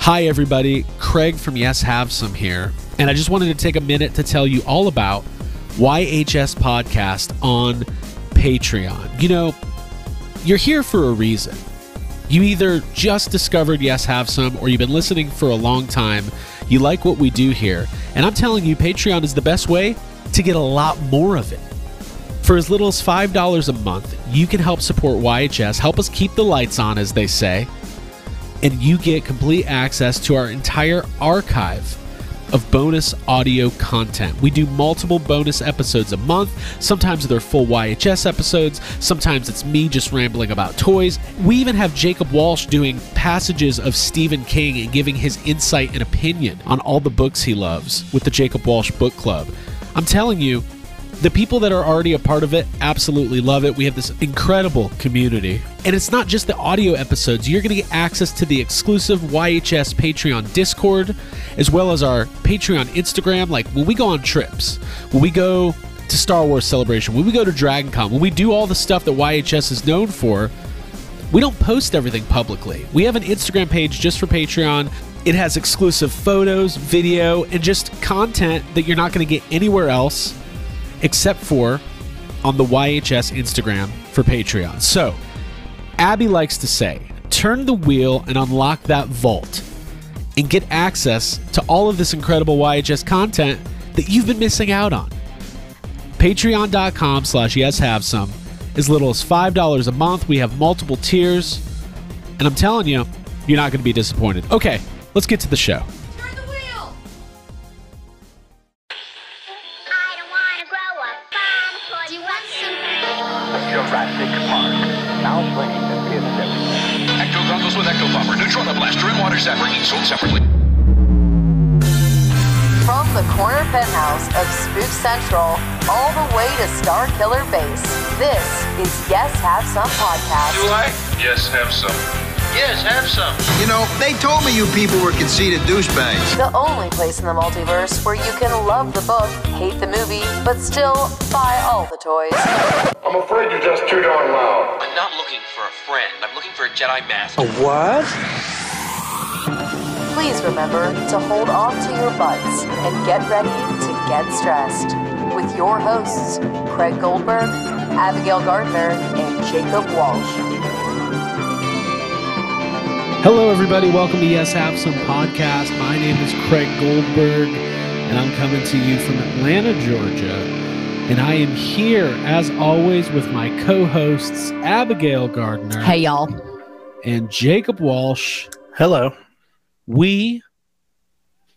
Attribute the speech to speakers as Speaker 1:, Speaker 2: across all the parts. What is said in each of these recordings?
Speaker 1: Hi, everybody. Craig from Yes Have Some here. And I just wanted to take a minute to tell you all about YHS Podcast on Patreon. You know, you're here for a reason. You either just discovered Yes Have Some or you've been listening for a long time. You like what we do here. And I'm telling you, Patreon is the best way to get a lot more of it. For as little as $5 a month, you can help support YHS, help us keep the lights on, as they say, and you get complete access to our entire archive of bonus audio content. We do multiple bonus episodes a month. Sometimes they're full YHS episodes, sometimes it's me just rambling about toys. We even have Jacob Walsh doing passages of Stephen King and giving his insight and opinion on all the books he loves with the Jacob Walsh Book Club. I'm telling you, the people that are already a part of it absolutely love it. We have this incredible community. And it's not just the audio episodes, you're going to get access to the exclusive YHS Patreon Discord, as well as our Patreon Instagram. Like when we go on trips, when we go to Star Wars Celebration, when we go to Dragon Con, when we do all the stuff that YHS is known for, we don't post everything publicly. We have an Instagram page just for Patreon. It has exclusive photos, video, and just content that you're not going to get anywhere else except for on the YHS Instagram for Patreon. So, Abby likes to say, turn the wheel and unlock that vault and get access to all of this incredible YHS content that you've been missing out on patreon.com slash yes have some as little as $5 a month we have multiple tiers and i'm telling you you're not going to be disappointed okay let's get to the show
Speaker 2: Turn the wheel! I don't wanna grow up. I'm poor. Do you want some?
Speaker 3: Jurassic Park. Now swinging the theaters everywhere.
Speaker 4: Ecto goggles with ecto popper, neutrona blaster, and water zapper, each sold separately.
Speaker 5: From the corner penthouse of Spook Central all the way to Star Killer Base, this is Yes Have Some Podcast.
Speaker 4: I? Yes, have some. Yes, have some.
Speaker 6: You know, they told me you people were conceited douchebags.
Speaker 5: The only place in the multiverse where you can love the book, hate the movie, but still buy all the toys.
Speaker 7: I'm afraid you're just too darn loud.
Speaker 8: I'm not looking for a friend. I'm looking for a Jedi master.
Speaker 5: Please remember to hold on to your butts and get ready to get stressed. With your hosts, Craig Goldberg, Abigail Gardner, and Jacob Walsh.
Speaker 1: Hello, everybody. Welcome to Yes Have Some podcast. My name is Craig Goldberg, and I'm coming to you from Atlanta, Georgia. And I am here, as always, with my co hosts, Abigail Gardner
Speaker 9: Hey, y'all.
Speaker 1: and Jacob Walsh.
Speaker 10: Hello.
Speaker 1: We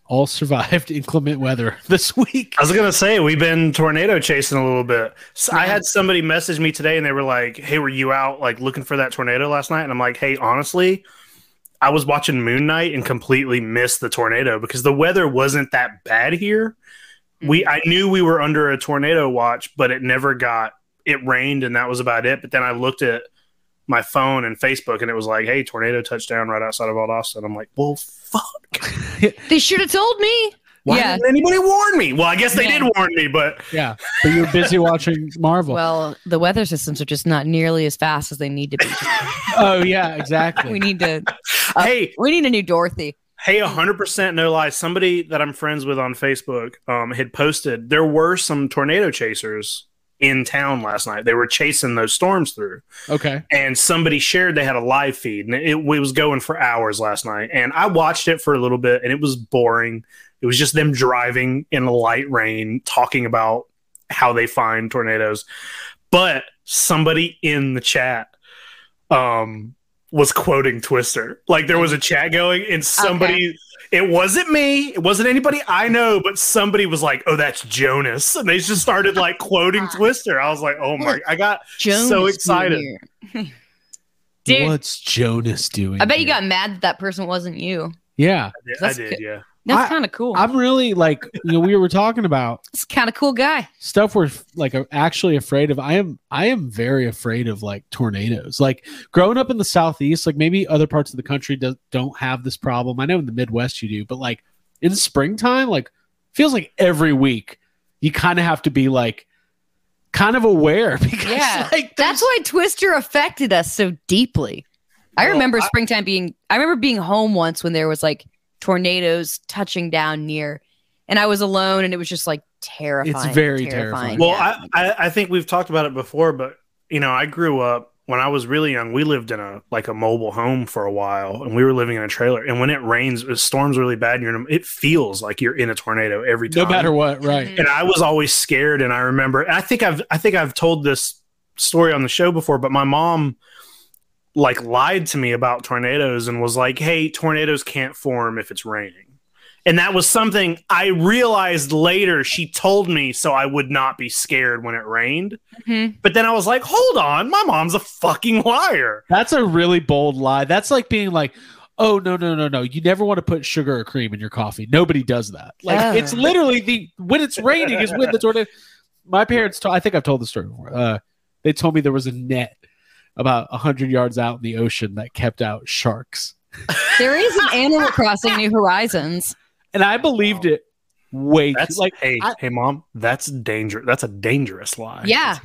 Speaker 1: all survived inclement weather this week.
Speaker 10: I was gonna say we've been tornado chasing a little bit. So I had somebody message me today, and they were like, "Hey, were you out like looking for that tornado last night?" And I'm like, "Hey, honestly, I was watching Moon Knight and completely missed the tornado because the weather wasn't that bad here. We I knew we were under a tornado watch, but it never got. It rained, and that was about it. But then I looked at my phone and Facebook, and it was like, "Hey, tornado touchdown right outside of Valdosta." And I'm like, "Well, fuck."
Speaker 9: They should have told me.
Speaker 10: Why
Speaker 9: yeah.
Speaker 10: didn't anybody warn me? Well, I guess they
Speaker 9: Yeah.
Speaker 10: did warn me, but
Speaker 1: Yeah. But you were busy watching Marvel.
Speaker 9: Well, the weather systems are just not nearly as fast as they need to be.
Speaker 1: oh, yeah, exactly.
Speaker 9: we need to.
Speaker 10: hey,
Speaker 9: We need a new Dorothy.
Speaker 10: hey, hundred percent, no lie. Somebody that I'm friends with on Facebook um, had posted there were some tornado chasers in town last night. They were chasing those storms through,
Speaker 1: Okay.
Speaker 10: and somebody shared they had a live feed, and it, it was going for hours last night. And I watched it for a little bit, and it was boring. It was just them driving in the light rain, talking about how they find tornadoes. But somebody in the chat um was quoting Twister. Like there was a chat going and somebody it wasn't me, it wasn't anybody I know, but somebody was like, "Oh, that's Jonas." And they just started like quoting Twister. I was like, "Oh my, I got
Speaker 9: Jones
Speaker 10: so excited."
Speaker 9: Jr. Dude,
Speaker 1: What's Jonas doing?
Speaker 9: I bet you
Speaker 1: here?
Speaker 9: got mad that that person wasn't you.
Speaker 1: Yeah.
Speaker 10: I
Speaker 9: That's
Speaker 10: did,
Speaker 9: good.
Speaker 10: yeah.
Speaker 9: That's
Speaker 1: I-
Speaker 9: kind of cool.
Speaker 1: I'm really like, you know, we were talking about
Speaker 9: That's kind of cool guy.
Speaker 1: stuff we're like are actually afraid of i am i am very afraid of like tornadoes like growing up in the southeast like maybe other parts of the country do, don't have this problem i know in the midwest you do but like in springtime like feels like every week you kind of have to be like kind of aware because
Speaker 9: Yeah.
Speaker 1: like
Speaker 9: That's why Twister affected us so deeply. I
Speaker 10: Well,
Speaker 9: remember
Speaker 10: I-
Speaker 9: springtime being I remember being home once when there was like tornadoes touching down near and I was alone and it was just like terrifying.
Speaker 1: very terrifying.
Speaker 10: Well,
Speaker 9: yeah.
Speaker 10: I, I I think we've talked about it before, but you know, I grew up when I was really young. We lived in a like a mobile home for a while, and we were living in a trailer. And when it rains, the storms really bad. And you're in a, it feels like you're in a tornado every time,
Speaker 1: No matter what, right?
Speaker 10: And I was always scared. And I remember, I think I've I think I've told this story on the show before, but my mom like lied to me about tornadoes and was like, "Hey, tornadoes can't form if it's raining." And that was something I realized later she told me so I would not be scared when it rained.
Speaker 9: Mhm.
Speaker 10: But then I was like, hold on, my mom's a fucking liar.
Speaker 1: That's a really bold lie. That's like being like, oh no, no, no, no. You never want to put sugar or cream in your coffee. Nobody does that. Like
Speaker 9: Oh.
Speaker 1: it's literally the when it's raining is when the tornado. My parents told I think I've told the story before. Uh, they told me there was a net about hundred yards out in the ocean that kept out sharks.
Speaker 9: there is an Animal Crossing New Horizons.
Speaker 1: And I believed it way
Speaker 10: That's
Speaker 1: too
Speaker 10: like
Speaker 1: like
Speaker 10: hey,
Speaker 1: I-
Speaker 10: hey mom, that's dangerous. That's a dangerous lie.
Speaker 9: Yeah.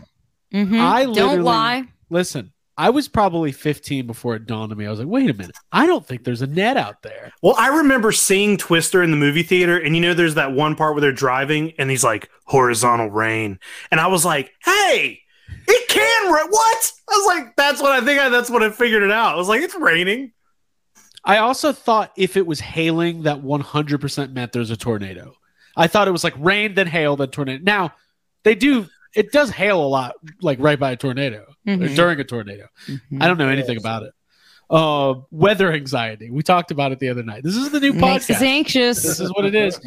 Speaker 9: Mhm.
Speaker 1: I literally-
Speaker 9: Don't lie.
Speaker 1: listen. I was probably 15 before it dawned on me. I was like, wait a minute. I don't think there's a net out there.
Speaker 10: Well, I remember seeing Twister in the movie theater, and you know, there's that one part where they're driving and he's like, horizontal rain. And I was like, hey, it can rain. What? I was like, that's what I think. I, that's what I figured it out. I was like, it's raining.
Speaker 1: I also thought if it was hailing, that 100% meant there's a tornado. I thought it was like rain, then hail, then tornado. Now, they do, it does hail a lot, like right by a tornado or
Speaker 9: Mhm.
Speaker 1: during a tornado.
Speaker 9: Mm-hmm.
Speaker 1: I don't know anything about it. Uh, weather anxiety. We talked about it the other night. This is the new
Speaker 9: Makes us
Speaker 1: podcast.
Speaker 9: anxious.
Speaker 1: This is what it is.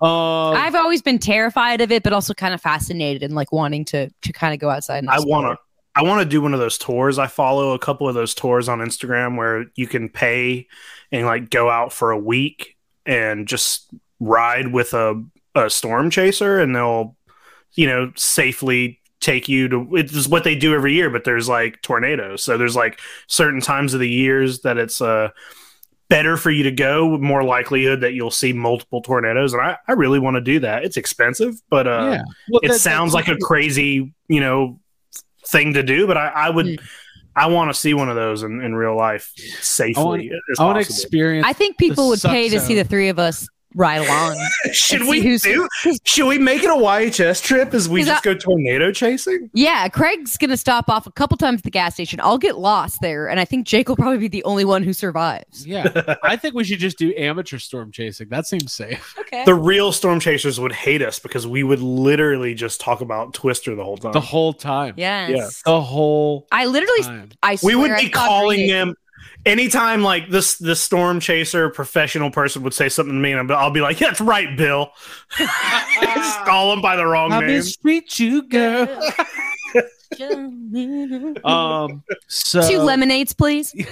Speaker 1: Uh,
Speaker 9: I've always been terrified of it, but also kind of fascinated and like wanting to to kind of go outside. And
Speaker 10: I want to. I want to do one of those tours. I follow a couple of those tours on Instagram where you can pay and like go out for a week and just ride with a, a storm chaser and they'll, you know, safely take you to it's what they do every year, but there's like tornadoes. So there's like certain times of the years that it's uh better for you to go with more likelihood that you'll see multiple tornadoes. And I, I really want to do that. It's expensive, but uh
Speaker 1: yeah. Well,
Speaker 10: it
Speaker 1: that-
Speaker 10: sounds like a crazy you know thing to do but i, I would
Speaker 9: Mm.
Speaker 10: i want to see one of those in, in real life safely
Speaker 1: I wanna-
Speaker 10: as
Speaker 1: I want to
Speaker 10: possible.
Speaker 1: experience.
Speaker 9: I think people would
Speaker 1: suck
Speaker 9: pay to see
Speaker 1: zone.
Speaker 9: the three of us ride along.
Speaker 10: should
Speaker 9: and see
Speaker 10: we
Speaker 9: who's-
Speaker 10: do should we make it a yhs trip as we
Speaker 9: Is
Speaker 10: just go tornado chasing
Speaker 9: yeah, Craig's gonna stop off a couple times at the gas station. I'll get lost there, and I think Jake will probably be the only one who survives.
Speaker 1: yeah. I think we should just do amateur storm chasing. That seems safe.
Speaker 9: Okay.
Speaker 10: the real storm chasers would hate us because we would literally just talk about twister the whole time
Speaker 1: The whole time.
Speaker 9: yes.
Speaker 1: The whole
Speaker 9: I literally,
Speaker 1: time.
Speaker 9: I
Speaker 10: we would
Speaker 9: swear
Speaker 10: be
Speaker 9: I thought
Speaker 10: calling
Speaker 9: Green Day-
Speaker 10: them anytime like this the storm chaser professional person would say something to me and i'll be like that's right bill just call him by the wrong
Speaker 1: I
Speaker 10: name
Speaker 1: mistreat you, girl. um, so
Speaker 9: Two lemonades, please. You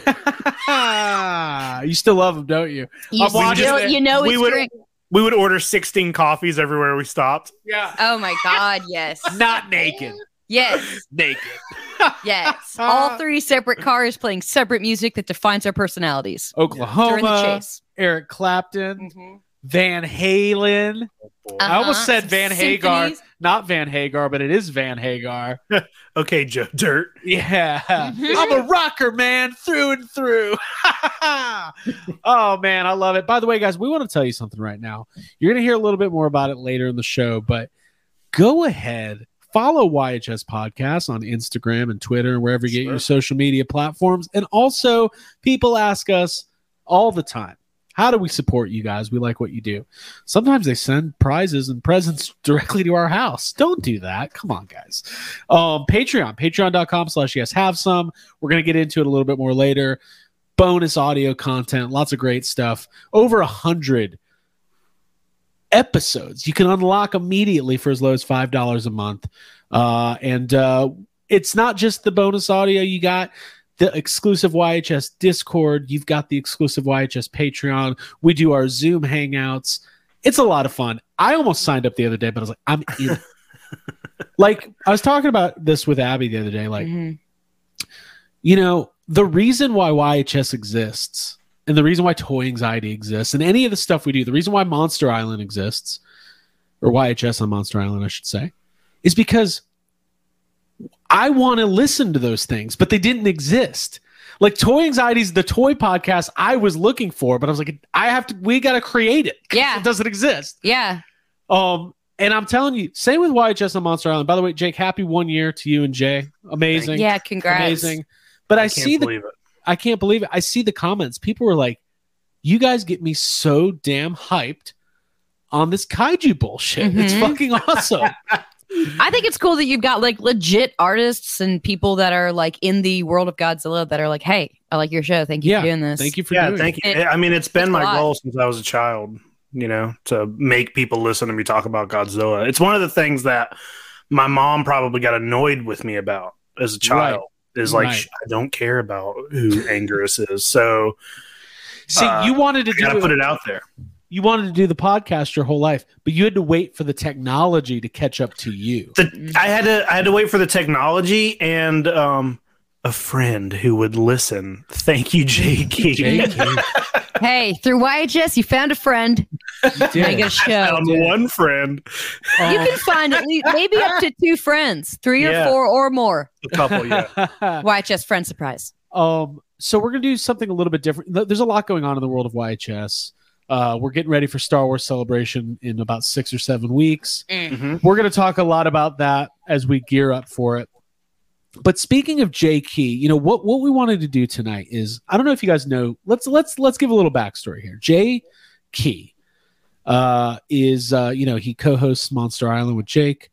Speaker 1: you still love him, don't you? I'm watching
Speaker 9: know,
Speaker 10: it.
Speaker 9: you know
Speaker 10: We
Speaker 9: it's
Speaker 10: would-
Speaker 9: drink.
Speaker 10: we would order 16 coffees everywhere we stopped.
Speaker 1: Yeah.
Speaker 9: Oh my God! Yes,
Speaker 1: Not naked.
Speaker 9: yes,
Speaker 1: Naked.
Speaker 9: yes.
Speaker 10: Uh,
Speaker 9: All three separate cars playing separate music that defines our personalities during the
Speaker 10: uh,
Speaker 1: Oklahoma.
Speaker 9: chase.
Speaker 1: Eric Clapton. Van Halen. I almost
Speaker 9: Uh-huh.
Speaker 1: said Van Hagar.
Speaker 9: Symphonies.
Speaker 1: Not Van Hagar, but it is Van Hagar.
Speaker 10: Okay, Joe Dirt.
Speaker 1: Yeah. I'm a rocker, man, through and through. oh, man, I love it. By the way, guys, we want to tell you something right now. You're going to hear a little bit more about it later in the show, but go ahead, follow YHS Podcast on Instagram and Twitter and wherever you get your social media platforms. And also, people ask us all the time. How do we support you guys? We like what you do. Sometimes they send prizes and presents directly to our house. Don't do that. Come on, guys. Um, Patreon, patreon.com slash yes have some. We're gonna get into it a little bit more later. Bonus audio content, lots of great stuff. Over a hundred episodes you can unlock immediately for as low as five dollars a month. Uh, and uh, it's not just the bonus audio you got. The exclusive YHS Discord, you've got the exclusive YHS Patreon. We do our Zoom hangouts. It's a lot of fun. I almost signed up the other day, but I was like, I'm in. like, I was talking about this with Abby the other day. Like,
Speaker 9: Mhm.
Speaker 1: you know, the reason why YHS exists and the reason why toy anxiety exists and any of the stuff we do, the reason why Monster Island exists or YHS on Monster Island, I should say, is because I want to listen to those things, but they didn't exist. Like toy anxiety is the toy podcast I was looking for, but I was like, I have to. We got to create it. 'cause
Speaker 9: Yeah.
Speaker 1: it doesn't exist.
Speaker 9: Yeah.
Speaker 1: Um, and I'm telling you, same with YHS on Monster Island. By the way, Jake, happy one year to you and Jay. Amazing.
Speaker 9: Yeah. Congrats.
Speaker 1: Amazing. But I,
Speaker 10: I
Speaker 1: see
Speaker 10: can't
Speaker 1: the
Speaker 10: believe it.
Speaker 1: I can't believe it. I see the comments. People were like, "You guys get me so damn hyped on this kaiju bullshit. It's
Speaker 9: Mhm.
Speaker 1: fucking awesome."
Speaker 9: I think it's cool that you've got like legit artists and people that are like in the world of Godzilla that are like, hey, I like your show. Thank you
Speaker 1: Yeah,
Speaker 9: for doing this.
Speaker 1: Thank you for
Speaker 10: Yeah,
Speaker 1: doing
Speaker 10: thank you.
Speaker 9: It-
Speaker 10: I mean, it's been
Speaker 9: it's a
Speaker 10: my
Speaker 9: lot.
Speaker 10: goal since I was a child, you know, to make people listen to me talk about Godzilla. It's one of the things that my mom probably got annoyed with me about as a child. Is like
Speaker 1: Right.
Speaker 10: "Sh- I don't care about who Angerus is, so
Speaker 1: it. See,
Speaker 10: uh,
Speaker 1: you wanted to
Speaker 10: I gotta
Speaker 1: do
Speaker 10: put it out there.
Speaker 1: you wanted to do the podcast your whole life, but you had to wait for the technology to catch up to you.
Speaker 10: The, I had to I had to wait for the technology and um, a friend who would listen. Thank you, J.K.
Speaker 1: Jake, you
Speaker 9: hey, through YHS, you found a friend. Make
Speaker 1: did.
Speaker 9: a show.
Speaker 10: Found one friend,
Speaker 9: You can find at least maybe up to two friends, three or
Speaker 10: Yeah.
Speaker 9: four or more.
Speaker 10: a couple, yeah.
Speaker 9: YHS friend surprise.
Speaker 1: Um, so we're gonna do something a little bit different. Th- There's a lot going on in the world of YHS. Uh, we're getting ready for Star Wars Celebration in about six or seven weeks.
Speaker 10: Mhm.
Speaker 1: We're gonna talk a lot about that as we gear up for it. But speaking of J Key, you know what what we wanted to do tonight is I don't know if you guys know. Let's let's let's give a little backstory here. J Key uh, is uh, you know he co-hosts Monster Island with Jake.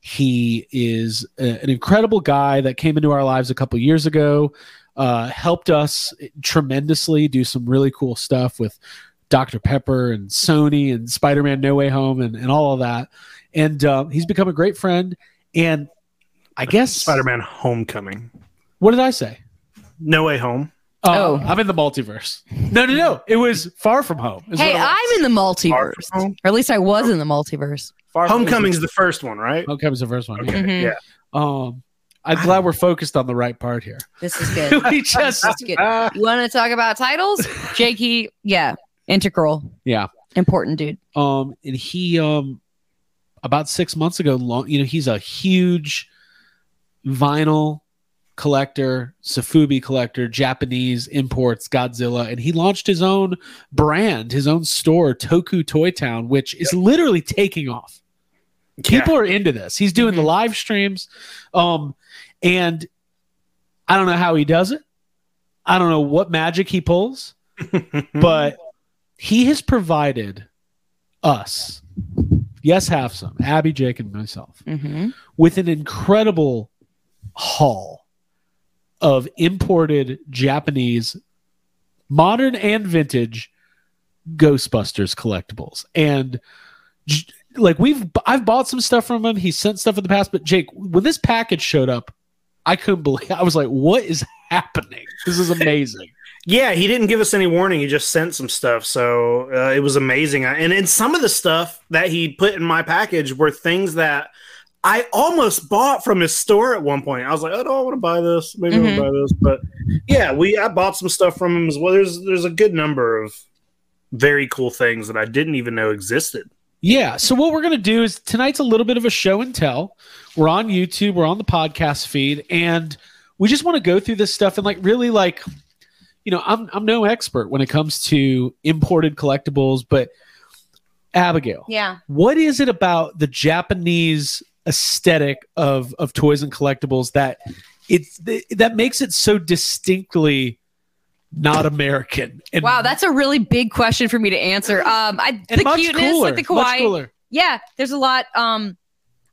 Speaker 1: He is a- an incredible guy that came into our lives a couple years ago uh, helped us tremendously do some really cool stuff with Dr. Pepper and Sony and Spider Man No Way Home and, and all of that. And uh, he's become a great friend. And I guess,
Speaker 10: Spider-Man: Homecoming,
Speaker 1: what did I say?
Speaker 10: No Way Home.
Speaker 1: Uh,
Speaker 9: Oh.
Speaker 1: I'm in the multiverse. No, no, no. It was Far From Home. is
Speaker 9: Hey,
Speaker 1: what it was.
Speaker 9: I'm in the multiverse. Or
Speaker 10: home?
Speaker 9: at least I was in the multiverse.
Speaker 1: Far From Home
Speaker 10: Homecoming's the first one, right?
Speaker 1: Homecoming's the first one.
Speaker 10: Okay,
Speaker 9: Mhm.
Speaker 10: yeah.
Speaker 1: Um, I'm glad we're focused on the right part here.
Speaker 9: This is good.
Speaker 1: we just,
Speaker 9: This is good.
Speaker 1: Ah.
Speaker 9: You want to talk about titles? Jakey, yeah. Integral.
Speaker 1: Yeah. important
Speaker 9: Important dude.
Speaker 1: um and he um about six months ago long you know he's a huge vinyl collector safubi collector japanese imports godzilla and he launched his own brand his own store toku toy town which is literally taking off people are into this he's doing the live streams um and i don't know how he does it i don't know what magic he pulls but he has provided us, yes, have some, Abby, Jake, and myself,
Speaker 9: Mm-hmm.
Speaker 1: with an incredible haul of imported Japanese, modern and vintage Ghostbusters collectibles. And j- like we've, I've bought some stuff from him. He sent stuff in the past, but Jake, when this package showed up, I couldn't believe. I was like, "What is happening? This is amazing."
Speaker 10: yeah, he didn't give us any warning. He just sent some stuff, so uh, it was amazing. I- And and some of the stuff that he put in my package were things that I almost bought from his store at one point. I was like, oh, do I want to buy this? Maybe
Speaker 9: Mhm.
Speaker 10: I'll buy this. But yeah, we I bought some stuff from him as well. There's there's a good number of very cool things that I didn't even know existed.
Speaker 1: Yeah. So what we're gonna do is tonight's a little bit of a show and tell. We're on YouTube, we're on the podcast feed, and we just want to go through this stuff and like really like, you know, I'm I'm no expert when it comes to imported collectibles, but Abigail,
Speaker 9: Yeah.
Speaker 1: what is it about the Japanese aesthetic of of toys and collectibles that it's that makes it so distinctly not American? And,
Speaker 9: Wow, that's a really big question for me to answer. Um, I
Speaker 1: and
Speaker 9: the
Speaker 1: much
Speaker 9: cuteness,
Speaker 1: cooler,
Speaker 9: like the
Speaker 1: much
Speaker 9: kawaii.
Speaker 1: cooler.
Speaker 9: Yeah, there's a lot. Um,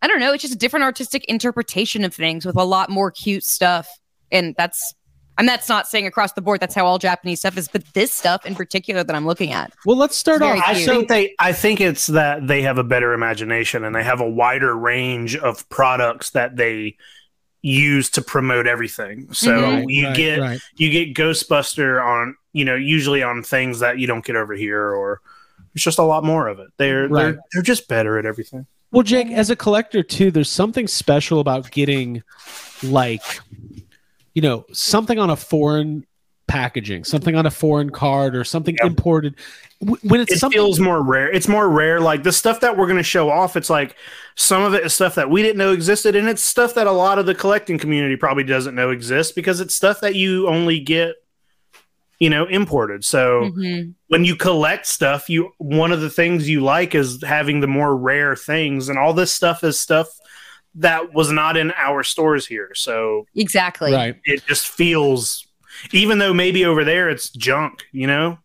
Speaker 9: I don't know. It's just a different artistic interpretation of things with a lot more cute stuff, and that's. And that's not saying across the board. That's how all Japanese stuff is, but this stuff in particular that I'm looking at.
Speaker 1: Well, let's start
Speaker 9: It's
Speaker 1: off.
Speaker 9: very
Speaker 10: I
Speaker 9: cute.
Speaker 10: think they I think it's that they have a better imagination and they have a wider range of products that they use to promote everything. So
Speaker 1: Mm-hmm.
Speaker 9: Mhm.
Speaker 10: you
Speaker 1: Right,
Speaker 10: get
Speaker 1: right.
Speaker 10: you get Ghostbuster on you know usually on things that you don't get over here or it's just a lot more of it. They're
Speaker 1: Right.
Speaker 10: they're, they're just better at everything.
Speaker 1: Well, Jake, as a collector too, there's something special about getting like you know, something on a foreign packaging, something on a foreign card or something
Speaker 10: Yeah.
Speaker 1: imported. W- When it's
Speaker 10: it
Speaker 1: something
Speaker 10: feels more rare. It's more rare. Like the stuff that we're going to show off, it's like some of it is stuff that we didn't know existed, and it's stuff that a lot of the collecting community probably doesn't know exists because it's stuff that you only get, you know, imported. So
Speaker 1: Mm-hmm.
Speaker 9: Mhm.
Speaker 10: when you collect stuff, you one of the things you like is having the more rare things, and all this stuff is stuff that was not in our stores here. So
Speaker 9: Exactly.
Speaker 1: right.
Speaker 10: it just feels, even though maybe over there it's junk, you know.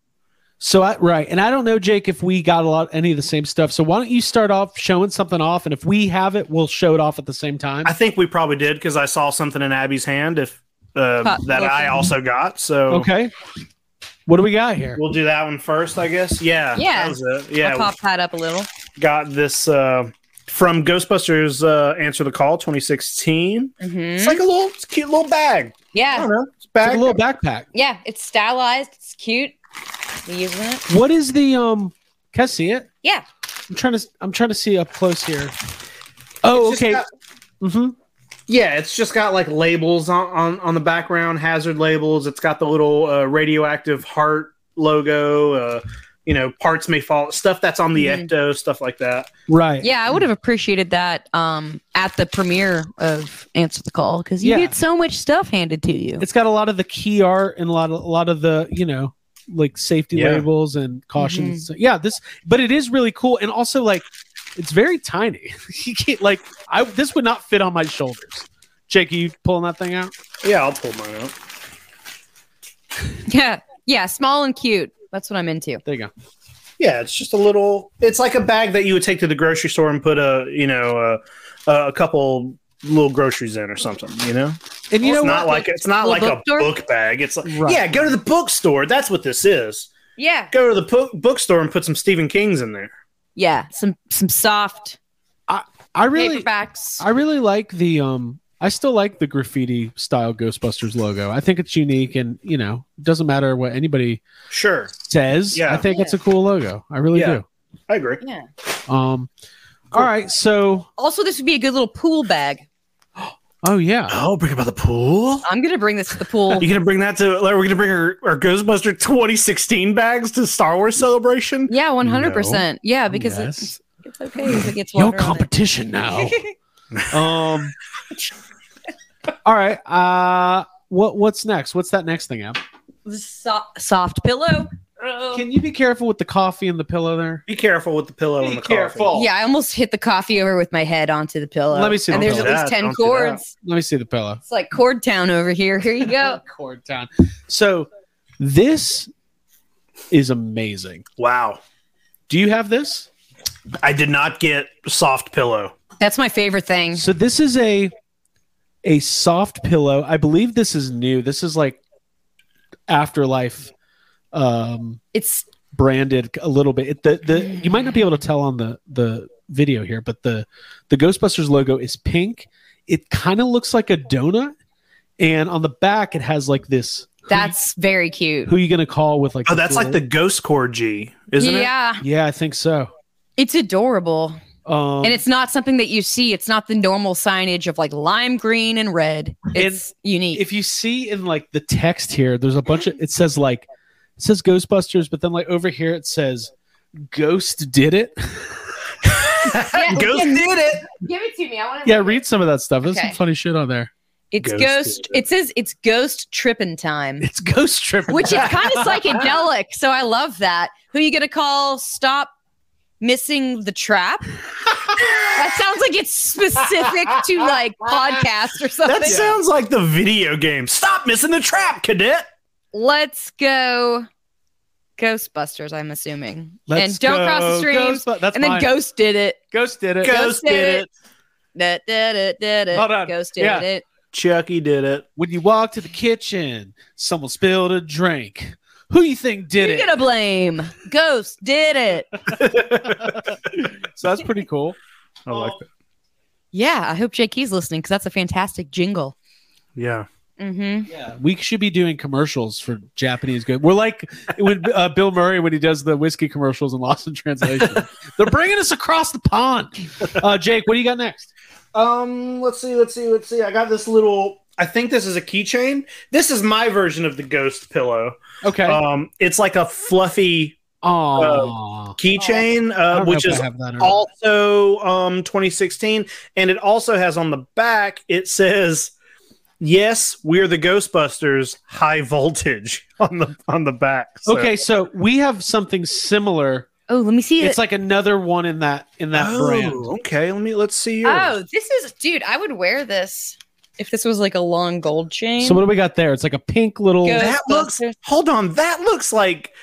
Speaker 1: So I, right, and I don't know, Jake, if we got a lot any of the same stuff. So why don't you start off showing something off, and if we have it, we'll show it off at the same time.
Speaker 10: I think we probably did because I saw something in Abby's hand if uh,
Speaker 9: Huh,
Speaker 10: that I
Speaker 9: okay.
Speaker 10: also got. So
Speaker 1: okay. What do we got here?
Speaker 10: we'll do that one first, I guess. Yeah.
Speaker 9: Yeah.
Speaker 10: That was it.
Speaker 9: I'll
Speaker 10: Yeah.
Speaker 9: pop that up a little.
Speaker 10: We got this uh, from Ghostbusters uh, Answer the Call 2016. It's
Speaker 9: Mhm.
Speaker 10: like a little, it's a cute little bag. I
Speaker 9: Yeah.
Speaker 10: don't know. It's a
Speaker 1: It's
Speaker 10: bag.
Speaker 1: like a little backpack.
Speaker 9: Yeah. It's stylized. It's cute. We using it.
Speaker 1: What is the um? Can I see it?
Speaker 9: Yeah.
Speaker 1: I'm trying to. I'm trying to see up close here. Oh,
Speaker 10: It's just
Speaker 1: okay.
Speaker 10: got-
Speaker 1: hmm
Speaker 10: yeah, it's just got like labels on, on, on the background, hazard labels. It's got the little uh, radioactive heart logo. Uh, you know, parts may fall, stuff that's on the
Speaker 9: Mhm.
Speaker 10: ecto, stuff like that.
Speaker 1: Right.
Speaker 9: Yeah, I would have appreciated that um, at the premiere of Answer the Call because you
Speaker 1: Yeah.
Speaker 9: get so much stuff handed to you.
Speaker 1: It's got a lot of the key art and a lot of a lot of the you know like safety
Speaker 10: Yeah.
Speaker 1: labels and cautions.
Speaker 10: Mm-hmm.
Speaker 1: Yeah. This, but it is really cool, and also like it's very tiny. you can't like I this would not fit on my shoulders. Jake, are you pulling that thing out?
Speaker 10: Yeah, I'll pull mine out.
Speaker 9: yeah, yeah, small and cute. That's what I'm into.
Speaker 1: There you go.
Speaker 10: Yeah, it's just a little. It's like a bag that you would take to the grocery store and put a you know a, a couple little groceries in or something. You know,
Speaker 1: And you know
Speaker 10: it's not
Speaker 1: what?
Speaker 10: like it's not like
Speaker 9: Little
Speaker 10: a
Speaker 9: bookstore?
Speaker 10: book bag. It's like
Speaker 1: Right.
Speaker 10: yeah, go to the bookstore. That's what this is.
Speaker 9: Yeah,
Speaker 10: Go to the po- bookstore and put some Stephen King's in there.
Speaker 9: yeah, some some soft
Speaker 1: I really
Speaker 9: paperbacks.
Speaker 1: I really like the um I still like the graffiti style Ghostbusters logo. I think it's unique and you know, it doesn't matter what anybody
Speaker 10: Sure,
Speaker 1: says.
Speaker 10: Yeah.
Speaker 1: I think it's a cool logo. I really
Speaker 10: Yeah. I agree.
Speaker 9: yeah.
Speaker 1: do. Um all right, so
Speaker 9: Also, this would be a good little pool bag.
Speaker 1: oh yeah.
Speaker 10: Oh, bring about the pool.
Speaker 9: I'm gonna bring this to the pool.
Speaker 10: You gonna bring that to? We're gonna bring our, our Ghostbuster 2016 bags to Star Wars Celebration.
Speaker 9: yeah, 100. percent Yeah, because
Speaker 1: Yes.
Speaker 9: it's, it's okay if it gets
Speaker 1: No
Speaker 9: water on it.
Speaker 1: competition now. um all right. Uh what what's next? What's that next thing, Ab?
Speaker 9: So- soft pillow. Oh.
Speaker 1: Can you be careful with the coffee and the pillow there?
Speaker 10: Be careful with the pillow and the careful.
Speaker 9: yeah, I almost hit the coffee over with my head onto the pillow.
Speaker 1: Let me see
Speaker 9: And
Speaker 1: the
Speaker 9: there's at
Speaker 1: pillow.
Speaker 9: least
Speaker 10: Yeah,
Speaker 9: ten
Speaker 10: don't do that.
Speaker 9: cords.
Speaker 1: Let me see the pillow.
Speaker 9: It's like cord town over here. Here you go.
Speaker 1: Cord town. So this is amazing.
Speaker 10: Wow,
Speaker 1: Do you have this?
Speaker 10: I did not get soft pillow.
Speaker 9: That's my favorite thing.
Speaker 1: So this is a a soft pillow. I believe this is new. This is like afterlife um
Speaker 9: It's
Speaker 1: branded a little bit. It, the the you might not be able to tell on the the video here, but the the Ghostbusters logo is pink. It kind of looks like a donut and on the back it has like this who-
Speaker 9: that's very cute.
Speaker 1: who, you going to call with like
Speaker 10: Oh, that's like the
Speaker 1: cool-
Speaker 10: Ghost Core G, isn't it?
Speaker 9: yeah,
Speaker 1: Yeah, I think so.
Speaker 9: it's adorable.
Speaker 1: Um
Speaker 9: and it's not something that you see. It's not the normal signage of like lime green and red. It's unique.
Speaker 1: if you see in like the text here, there's a bunch of it says like it says Ghostbusters, but then like over here it says Ghost did it.
Speaker 9: Yeah,
Speaker 10: Ghost did it.
Speaker 9: Give it to me. I want
Speaker 1: yeah, read some of that stuff. There's some
Speaker 9: Okay.
Speaker 1: funny shit on there.
Speaker 9: It's
Speaker 10: Ghost
Speaker 9: ghost.
Speaker 10: did
Speaker 9: it says it's ghost trippin' time,
Speaker 1: It's Ghost Trip.
Speaker 9: which is kind of psychedelic. So I love that. Who you gonna call? Stop missing the trap. that sounds like it's specific to like podcast or something.
Speaker 10: That sounds like the video game. Stop missing the trap, cadet.
Speaker 9: Let's go. Ghostbusters, I'm assuming. and don't cross the streams.
Speaker 1: Ghost, that's
Speaker 9: and then
Speaker 1: mine.
Speaker 9: Ghost did it.
Speaker 1: Ghost did it.
Speaker 10: Ghost,
Speaker 9: did
Speaker 10: did
Speaker 9: it.
Speaker 10: it.
Speaker 9: Da, da, da, da, da.
Speaker 1: Hold on.
Speaker 9: Ghost did
Speaker 1: Yeah.
Speaker 9: it.
Speaker 10: Chucky did it.
Speaker 1: When you walk to the kitchen, someone spilled a drink. Who you think did
Speaker 9: You're
Speaker 1: it?
Speaker 9: gonna blame. Ghost did it.
Speaker 1: so that's pretty cool.
Speaker 10: I like that.
Speaker 9: Yeah, I hope JK's listening because that's a fantastic jingle.
Speaker 10: Yeah.
Speaker 9: Mm-hmm.
Speaker 1: Yeah, we should be doing commercials for Japanese good. We're like when uh, Bill Murray when he does the whiskey commercials in Lost in Translation. They're bringing us across the pond. Uh, Jake, what do you got next?
Speaker 10: Um, let's see, let's see, let's see. I got this little I think this is a keychain. This is my version of the ghost pillow.
Speaker 1: Okay.
Speaker 10: Um, it's like a fluffy
Speaker 1: Aw.
Speaker 10: uh, keychain,
Speaker 1: I
Speaker 10: uh,
Speaker 1: don't know
Speaker 10: which
Speaker 1: if
Speaker 10: is
Speaker 1: I have that or not.
Speaker 10: also um 2016 and it also has on the back it says yes we're the ghostbusters high voltage on the on the back So-
Speaker 1: okay, so we have something similar.
Speaker 9: Oh, let me see it.
Speaker 1: It's like another one in that in that
Speaker 10: oh,
Speaker 1: brand.
Speaker 10: okay let me let's see yours.
Speaker 9: oh, this is dude. I would wear this if this was like a long gold chain.
Speaker 1: So what do we got there? It's like a pink little.
Speaker 9: Go.
Speaker 10: that looks
Speaker 9: Ghostbusters.
Speaker 10: hold on that looks like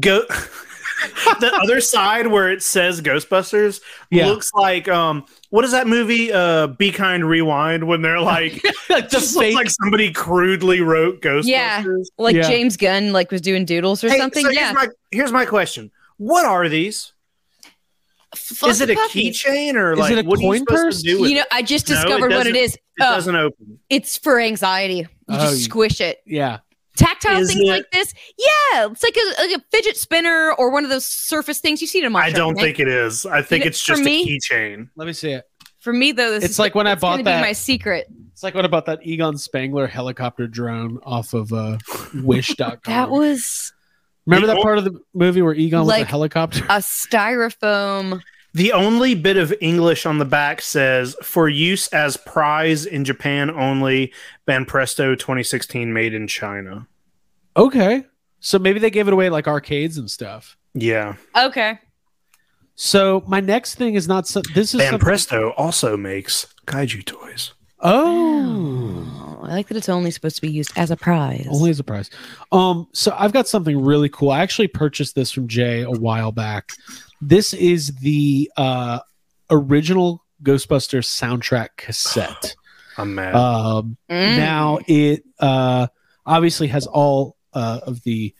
Speaker 10: go the other side where it says ghostbusters
Speaker 1: Yeah.
Speaker 10: looks like um what is that movie uh be kind rewind when they're like
Speaker 1: like the
Speaker 10: just looks
Speaker 1: fake.
Speaker 10: like somebody crudely wrote ghostbusters
Speaker 9: yeah, like
Speaker 1: Yeah.
Speaker 9: James Gunn like was doing doodles or
Speaker 10: Hey,
Speaker 9: something.
Speaker 10: so
Speaker 9: yeah,
Speaker 10: Here's my, here's my question. What are these?
Speaker 9: Fuck
Speaker 10: is it a
Speaker 9: puppies.
Speaker 10: keychain or
Speaker 1: Is
Speaker 10: like
Speaker 1: it a
Speaker 10: what are you
Speaker 1: coin
Speaker 10: supposed
Speaker 1: purse?
Speaker 10: to do with
Speaker 9: You know,
Speaker 10: it?
Speaker 9: I just
Speaker 10: No, it
Speaker 9: discovered what it
Speaker 10: doesn't-
Speaker 9: is.
Speaker 10: It
Speaker 9: Uh,
Speaker 10: doesn't open.
Speaker 9: it's for anxiety. You
Speaker 1: Oh, you-
Speaker 9: just squish it.
Speaker 1: Yeah.
Speaker 9: Tactile
Speaker 10: Is
Speaker 9: things
Speaker 10: it-
Speaker 9: like this. Yeah, it's like a, like a fidget spinner or one of those surface things you see in a
Speaker 10: I don't think it is. I think
Speaker 9: know,
Speaker 10: it's
Speaker 9: for
Speaker 10: just a
Speaker 9: me-
Speaker 10: keychain.
Speaker 1: Let me see it.
Speaker 9: For me though, this
Speaker 1: It's
Speaker 9: is
Speaker 1: like when I
Speaker 9: it's gonna
Speaker 1: bought
Speaker 9: be
Speaker 1: that-
Speaker 9: my secret.
Speaker 1: It's like what about that Egon Spangler helicopter drone off of uh, Wish.com?
Speaker 9: That was
Speaker 1: Remember that
Speaker 10: Egon?
Speaker 1: part of the movie where Egon was
Speaker 9: Like-
Speaker 1: a helicopter?
Speaker 9: a styrofoam.
Speaker 10: The only bit of English on the back says for use as prize in Japan only, Ban Presto 2016 made in China.
Speaker 1: Okay. So maybe they gave it away at, like arcades and stuff.
Speaker 10: Yeah.
Speaker 9: Okay.
Speaker 1: So my next thing is not so, this is
Speaker 10: Ban
Speaker 1: something-
Speaker 10: Presto also makes kaiju toys.
Speaker 1: Oh.
Speaker 9: I like that it's only supposed to be used as a prize.
Speaker 1: Only as a prize. Um, so I've got something really cool. I actually purchased this from Jay a while back. This is the uh, original Ghostbusters soundtrack cassette.
Speaker 10: I'm mad.
Speaker 1: Um,
Speaker 9: Mm.
Speaker 1: Now it uh, obviously has all uh, of the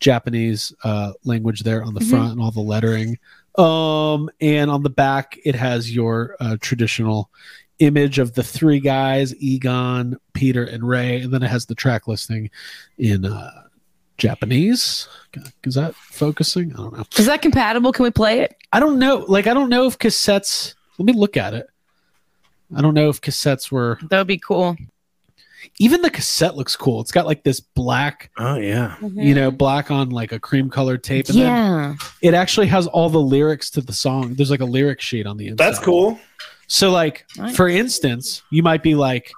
Speaker 1: Japanese uh, language there on the
Speaker 9: Mhm.
Speaker 1: front and all the lettering. Um, and on the back, it has your uh, traditional image of the three guys Egon, Peter, and Ray. And then it has the track listing in uh, Japanese. Is that focusing? I don't know.
Speaker 9: is that compatible? Can we play it?
Speaker 1: I don't know. Like, I don't know if cassettes. Let me look at it. I don't know if cassettes were
Speaker 9: That would be cool.
Speaker 1: even the cassette looks cool. It's got like this black,
Speaker 10: oh yeah.
Speaker 1: you know, black on like a cream colored tape. And then it actually has all the lyrics to the song. There's like a lyric sheet on the inside.
Speaker 10: That's cool.
Speaker 1: So, like,
Speaker 9: Nice.
Speaker 1: for instance, you might be like,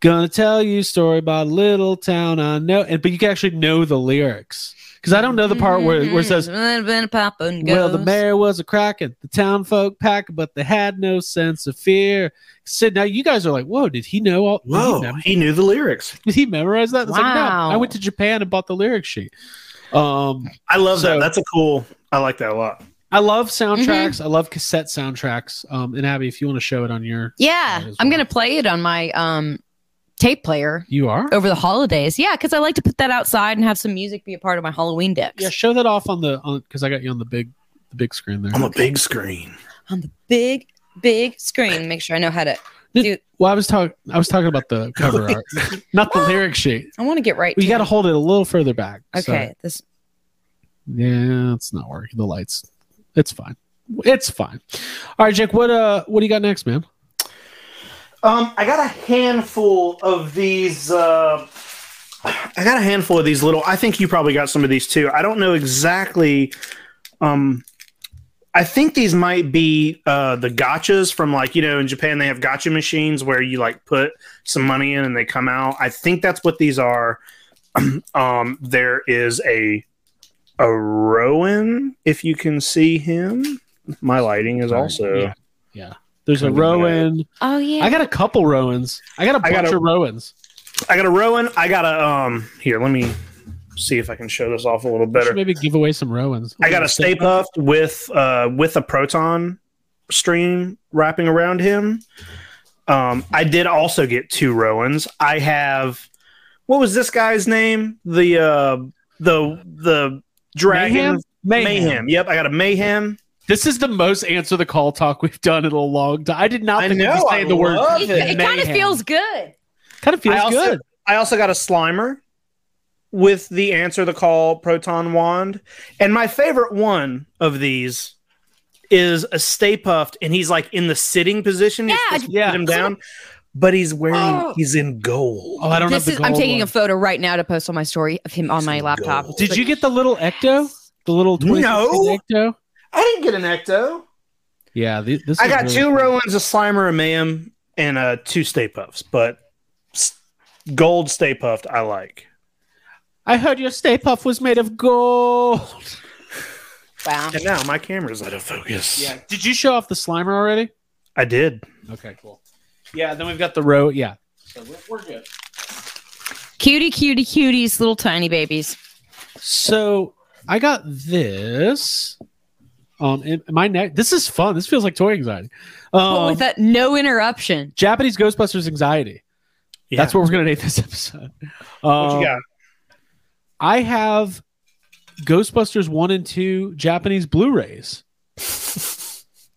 Speaker 1: Gonna tell you a story about a little town I know, and but you can actually know the lyrics because I don't know the part where, where it says,
Speaker 9: Mm-hmm.
Speaker 1: Well, the mayor was a kraken, the town folk pack, but they had no sense of fear. So now you guys are like, Whoa, did he know all? did he
Speaker 10: Whoa,
Speaker 1: know
Speaker 10: he knew the lyrics.
Speaker 1: Did he memorize that? It's like, no,
Speaker 9: Wow.
Speaker 1: I went to Japan and bought the lyric sheet. Um,
Speaker 10: I love
Speaker 1: So-
Speaker 10: that. That's a cool. I like that a lot.
Speaker 1: I love soundtracks.
Speaker 9: Mm-hmm.
Speaker 1: I love cassette soundtracks. Um, and Abby, if you want to show it on your,
Speaker 9: Yeah,
Speaker 1: Might as
Speaker 9: I'm
Speaker 1: well.
Speaker 9: gonna play it on my um tape player
Speaker 1: you are.
Speaker 9: over the holidays. Yeah, because I like to put that outside and have some music be a part of my Halloween decks.
Speaker 1: Yeah, show that off on the on because I got you on the big the big screen there.
Speaker 10: On the big screen.
Speaker 9: On the big, big screen. Make sure I know how to.
Speaker 1: Well, I was talking I was talking about the cover art, not the lyric sheet.
Speaker 9: I want to get right.
Speaker 1: Well, you
Speaker 9: to
Speaker 1: got to hold it a little further back.
Speaker 9: it.
Speaker 1: So,
Speaker 9: Okay, this.
Speaker 1: yeah, it's not working. The lights. It's fine. It's fine. All right, Jake. What uh, what do you got next, man?
Speaker 10: Um, I got a handful of these. Uh, I got a handful of these little. I think you probably got some of these too. I don't know exactly. Um, I think these might be uh, the gotchas from like you know in Japan they have gotcha machines where you like put some money in and they come out. I think that's what these are. um, there is a a Rowan if you can see him. My lighting is also.
Speaker 1: yeah. yeah. There's a
Speaker 10: Kinda
Speaker 1: Rowan.
Speaker 9: Oh yeah.
Speaker 1: I got a couple Rowans. I got a
Speaker 10: I
Speaker 1: bunch
Speaker 10: got a-
Speaker 1: of Rowans.
Speaker 10: I got a Rowan. I got a um. Here, let me see if I can show this off a little
Speaker 1: We should
Speaker 10: better.
Speaker 1: Maybe give away some Rowans.
Speaker 10: I got a Stay Puffed with uh with a proton stream wrapping around him. Um, I did also get two Rowans. I have what was this guy's name? The uh the the dragon
Speaker 1: Mayhem? Mayhem.
Speaker 10: Yep, I got a mayhem.
Speaker 1: This is the most answer the call talk we've done in a long time. I did not
Speaker 10: I
Speaker 1: think we'd
Speaker 10: know,
Speaker 1: be saying
Speaker 10: I
Speaker 1: the word.
Speaker 10: love
Speaker 9: it it kind of
Speaker 1: mayhem.
Speaker 9: feels good.
Speaker 1: Kind of feels
Speaker 10: I also,
Speaker 1: good.
Speaker 10: I also got a Slimer with the answer the call proton wand. And my favorite one of these is a Stay Puffed, and he's like in the sitting position. You're
Speaker 9: Yeah,
Speaker 10: supposed to
Speaker 1: yeah.
Speaker 10: put him down. but he's wearing
Speaker 9: Oh.
Speaker 10: he's in gold.
Speaker 1: Oh, I don't
Speaker 9: This
Speaker 1: have
Speaker 9: is,
Speaker 1: the
Speaker 9: I'm
Speaker 1: gold
Speaker 9: taking
Speaker 1: one.
Speaker 9: a photo right now to post on my story of him on my laptop.
Speaker 10: gold.
Speaker 9: It's
Speaker 1: Did you get the little ecto? The little
Speaker 10: No.
Speaker 1: 26 ecto?
Speaker 10: I didn't get an ecto.
Speaker 1: Yeah, th- this
Speaker 10: I
Speaker 1: is
Speaker 10: got
Speaker 1: really
Speaker 10: two
Speaker 1: cool.
Speaker 10: Rowans, a Slimer, a Ma'am, and uh, two Stay Puffs. But s- gold Stay Puffed, I like.
Speaker 1: I heard your Stay Puff was made of gold.
Speaker 9: Wow.
Speaker 10: And now my camera's out of focus.
Speaker 1: Yeah. Did you show off the Slimer already?
Speaker 10: I did.
Speaker 1: Okay, cool. Yeah, then we've got the row. Yeah. So we're, we're good.
Speaker 9: Cutie, cutie, cuties, little tiny babies.
Speaker 1: So I got this. Um, in in my neck. This is fun. This feels like toy anxiety.
Speaker 9: But
Speaker 1: Um,
Speaker 9: with that no interruption.
Speaker 1: Japanese Ghostbusters anxiety.
Speaker 10: Yeah.
Speaker 1: That's what we're gonna name this episode.
Speaker 10: what
Speaker 1: Um,
Speaker 10: you got.
Speaker 1: I have Ghostbusters one and two Japanese Blu-rays.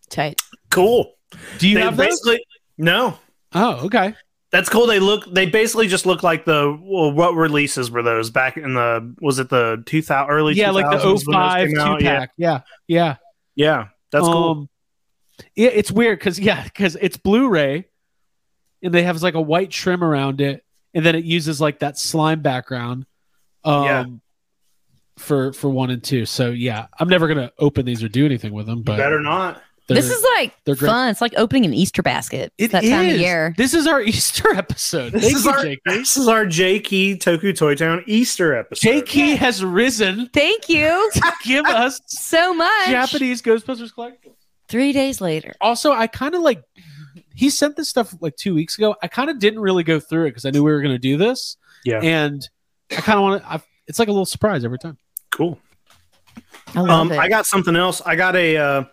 Speaker 9: Tight.
Speaker 10: Cool.
Speaker 1: Do you
Speaker 10: They
Speaker 1: have those?
Speaker 10: basically no.
Speaker 1: Oh, okay.
Speaker 10: That's cool. They look. They basically just look like the well, what releases were those back in the was it the two thousand early
Speaker 1: Yeah, like the
Speaker 10: 2000s when those
Speaker 1: 05
Speaker 10: came out?
Speaker 1: two pack. Yeah, yeah.
Speaker 10: Yeah, yeah. That's cool.
Speaker 1: Um, Yeah, it's weird because yeah, because it's Blu-ray, and they have like a white trim around it, and then it uses like that slime background. Um,
Speaker 10: Yeah.
Speaker 1: For for one and two, so yeah, I'm never gonna open these or do anything with them. But
Speaker 10: Better not.
Speaker 1: they're-
Speaker 9: this is like
Speaker 1: they're great.
Speaker 9: fun. It's like opening an Easter basket.
Speaker 1: It
Speaker 9: It's that time of
Speaker 1: is.
Speaker 9: year.
Speaker 1: This is our Easter episode.
Speaker 10: This
Speaker 1: Thank
Speaker 10: is
Speaker 1: you,
Speaker 10: our
Speaker 1: Jake.
Speaker 10: this is our Jakey Toku Toy Town Easter episode.
Speaker 1: Jake Key has risen
Speaker 9: Thank you
Speaker 1: to give us
Speaker 9: so much.
Speaker 1: Japanese Ghostbusters collectible.
Speaker 9: Three days later.
Speaker 1: Also, I kind of like he sent this stuff like two weeks ago. I kind of didn't really go through it because I knew we were gonna do this.
Speaker 10: Yeah.
Speaker 1: and I kind of want to. It's like a little surprise every time.
Speaker 10: Cool.
Speaker 9: I love
Speaker 10: Um,
Speaker 9: it.
Speaker 10: I got something else. I got a uh,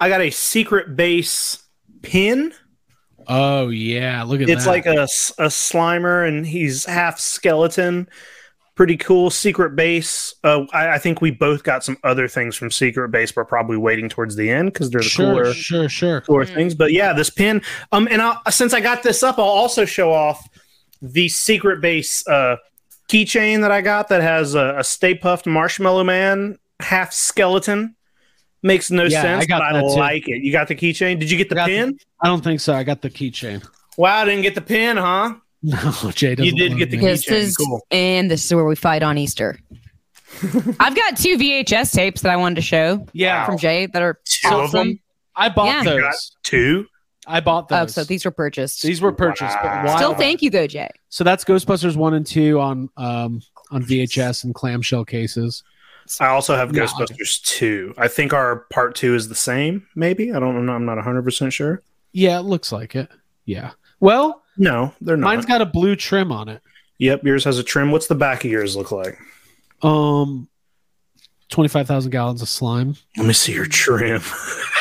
Speaker 10: I got a secret base pin.
Speaker 1: Oh yeah, look at
Speaker 10: It's
Speaker 1: that.
Speaker 10: like a, s- a Slimer, and he's half skeleton. Pretty cool. Secret base. Uh, I, I think we both got some other things from Secret Base, but probably waiting towards the end because they're the
Speaker 1: sure,
Speaker 10: cooler,
Speaker 1: sure, sure.
Speaker 10: cooler things. But yeah, this pin. Um, and I'll, since I got this up, I'll also show off the Secret Base uh, keychain that I got that has a, a Stay Puffed Marshmallow Man half skeleton. Makes no
Speaker 1: Yeah, I
Speaker 10: sense,
Speaker 1: got
Speaker 10: but I
Speaker 1: that too.
Speaker 10: like it. You got the keychain. Did you get the
Speaker 1: Got the-
Speaker 10: pin?
Speaker 1: I don't think so. I got the keychain.
Speaker 10: wow, I didn't get the pin, huh?
Speaker 1: No, Jay doesn't.
Speaker 10: You did
Speaker 1: love
Speaker 10: get the
Speaker 1: me.
Speaker 10: key-
Speaker 9: This
Speaker 10: keychain.
Speaker 9: is
Speaker 10: Cool.
Speaker 9: and this is where we fight on Easter. I've got two VHS tapes that I wanted to show
Speaker 1: Yeah,
Speaker 9: from Jay that are
Speaker 10: Two of
Speaker 9: awesome.
Speaker 10: them?
Speaker 1: I bought
Speaker 9: Yeah.
Speaker 1: those.
Speaker 10: Got two.
Speaker 1: I bought those.
Speaker 9: Oh, so these were purchased.
Speaker 1: These were purchased. But
Speaker 10: Wow.
Speaker 1: why
Speaker 9: Still, thank you though, Jay.
Speaker 1: So that's Ghostbusters one and two on um, on VHS and clamshell cases.
Speaker 10: I also have
Speaker 1: No,
Speaker 10: Ghostbusters 2. I think our part 2 is the same, maybe. I don't know. I'm not 100% sure.
Speaker 1: Yeah, it looks like it. Yeah. Well,
Speaker 10: No, they're not.
Speaker 1: mine's got a blue trim on it.
Speaker 10: yep, yours has a trim. What's the back of yours look like?
Speaker 1: Um, twenty five thousand gallons of slime.
Speaker 10: Let me see your trim.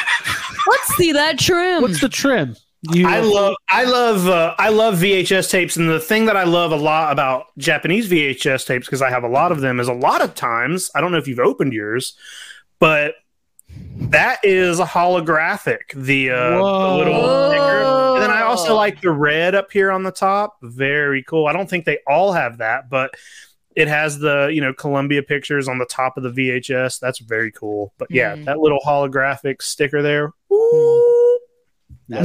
Speaker 9: Let's see that trim.
Speaker 1: What's the trim? You,
Speaker 10: I love I love uh, I love VHS tapes and the thing that I love a lot about Japanese VHS tapes because I have a lot of them is a lot of times I don't know if you've opened yours but that is holographic the, uh, the
Speaker 1: Whoa.
Speaker 10: little sticker. and then I also like the red up here on the top very cool I don't think they all have that but it has the you know Columbia pictures on the top of the VHS that's very cool but yeah
Speaker 9: Mm.
Speaker 10: that little holographic sticker there Ooh.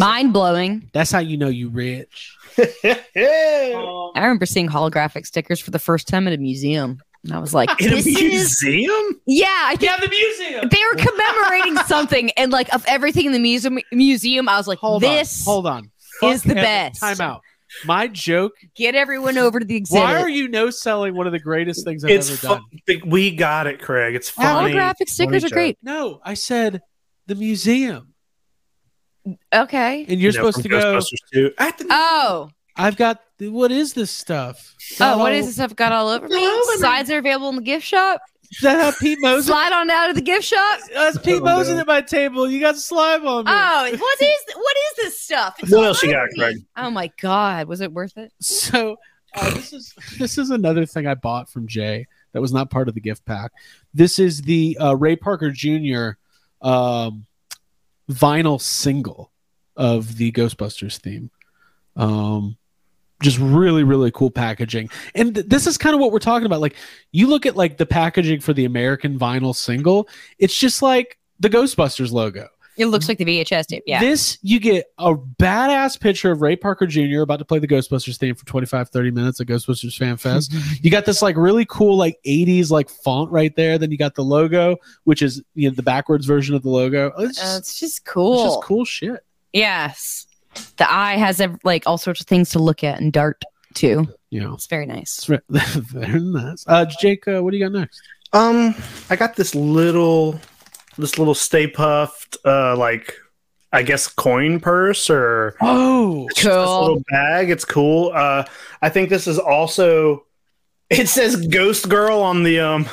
Speaker 9: Mind blowing.
Speaker 1: That's how you know you rich.
Speaker 9: I remember seeing holographic stickers for the first time at a museum. And I was like,
Speaker 10: in a
Speaker 9: this is,
Speaker 10: museum?
Speaker 9: yeah, I think
Speaker 1: the museum.
Speaker 9: they were commemorating something. And like, of everything in the museum, museum I was like,
Speaker 1: Hold
Speaker 9: this,
Speaker 1: on. Hold on.
Speaker 9: is the
Speaker 1: Fuck Heather.
Speaker 9: best.
Speaker 1: Time out. My joke.
Speaker 9: get everyone over to the exhibit.
Speaker 1: Why are you no selling one of the greatest things I've
Speaker 10: It's
Speaker 1: ever
Speaker 10: fu-
Speaker 1: done?
Speaker 10: we got it, Craig. It's funny.
Speaker 9: holographic stickers
Speaker 10: funny
Speaker 9: are great.
Speaker 1: No, I said the museum,
Speaker 9: Okay.
Speaker 1: and you're
Speaker 10: You know,
Speaker 1: supposed to
Speaker 10: from
Speaker 1: go.
Speaker 10: Ghostbusters 2. I had to-
Speaker 9: Oh,
Speaker 1: I've got what is this stuff?
Speaker 9: oh, what is this stuff got all over me? Sides are available in the gift shop.
Speaker 1: Is that how Pete Moses?
Speaker 9: Slide on out of the gift shop.
Speaker 1: That's Pete
Speaker 10: Oh,
Speaker 1: Moses
Speaker 10: no.
Speaker 1: at my table. You got slime on me.
Speaker 9: Oh, what is what is this stuff? It's
Speaker 10: What else you got,
Speaker 9: slimy.
Speaker 10: Craig?
Speaker 9: Oh my god, was it worth it?
Speaker 1: so uh, this is this is another thing I bought from Jay that was not part of the gift pack. This is the uh, Ray Parker Jr. Um, vinyl single of the Ghostbusters theme. Um, just really really cool packaging, and th- this is kind of what we're talking about. Like you look at like the packaging for the American vinyl single, it's just like the Ghostbusters logo.
Speaker 9: It looks like the VHS tape. Yeah.
Speaker 1: This, you get a badass picture of Ray Parker Jr. about to play the Ghostbusters theme for 25, 30 minutes at Ghostbusters Fan Fest. you got this like really cool, like 80s like font right there. Then you got the logo, which is you know, the backwards version of the logo. It's
Speaker 9: Uh,
Speaker 1: just,
Speaker 9: it's
Speaker 1: it's
Speaker 9: just cool.
Speaker 1: just cool shit.
Speaker 9: Yes. The eye has ev- like all sorts of things to look at and dart too.
Speaker 1: You know,
Speaker 9: It's very
Speaker 1: it's
Speaker 9: nice.
Speaker 1: re- very nice. Uh, Jake, uh, what do you got next?
Speaker 10: Um, I got this little, this little Stay Puffed, uh, like I guess coin purse or
Speaker 1: Oh,
Speaker 10: It's just this
Speaker 9: Cool.
Speaker 10: little bag. It's cool. Uh, I think this is also. It says Ghost Girl on the um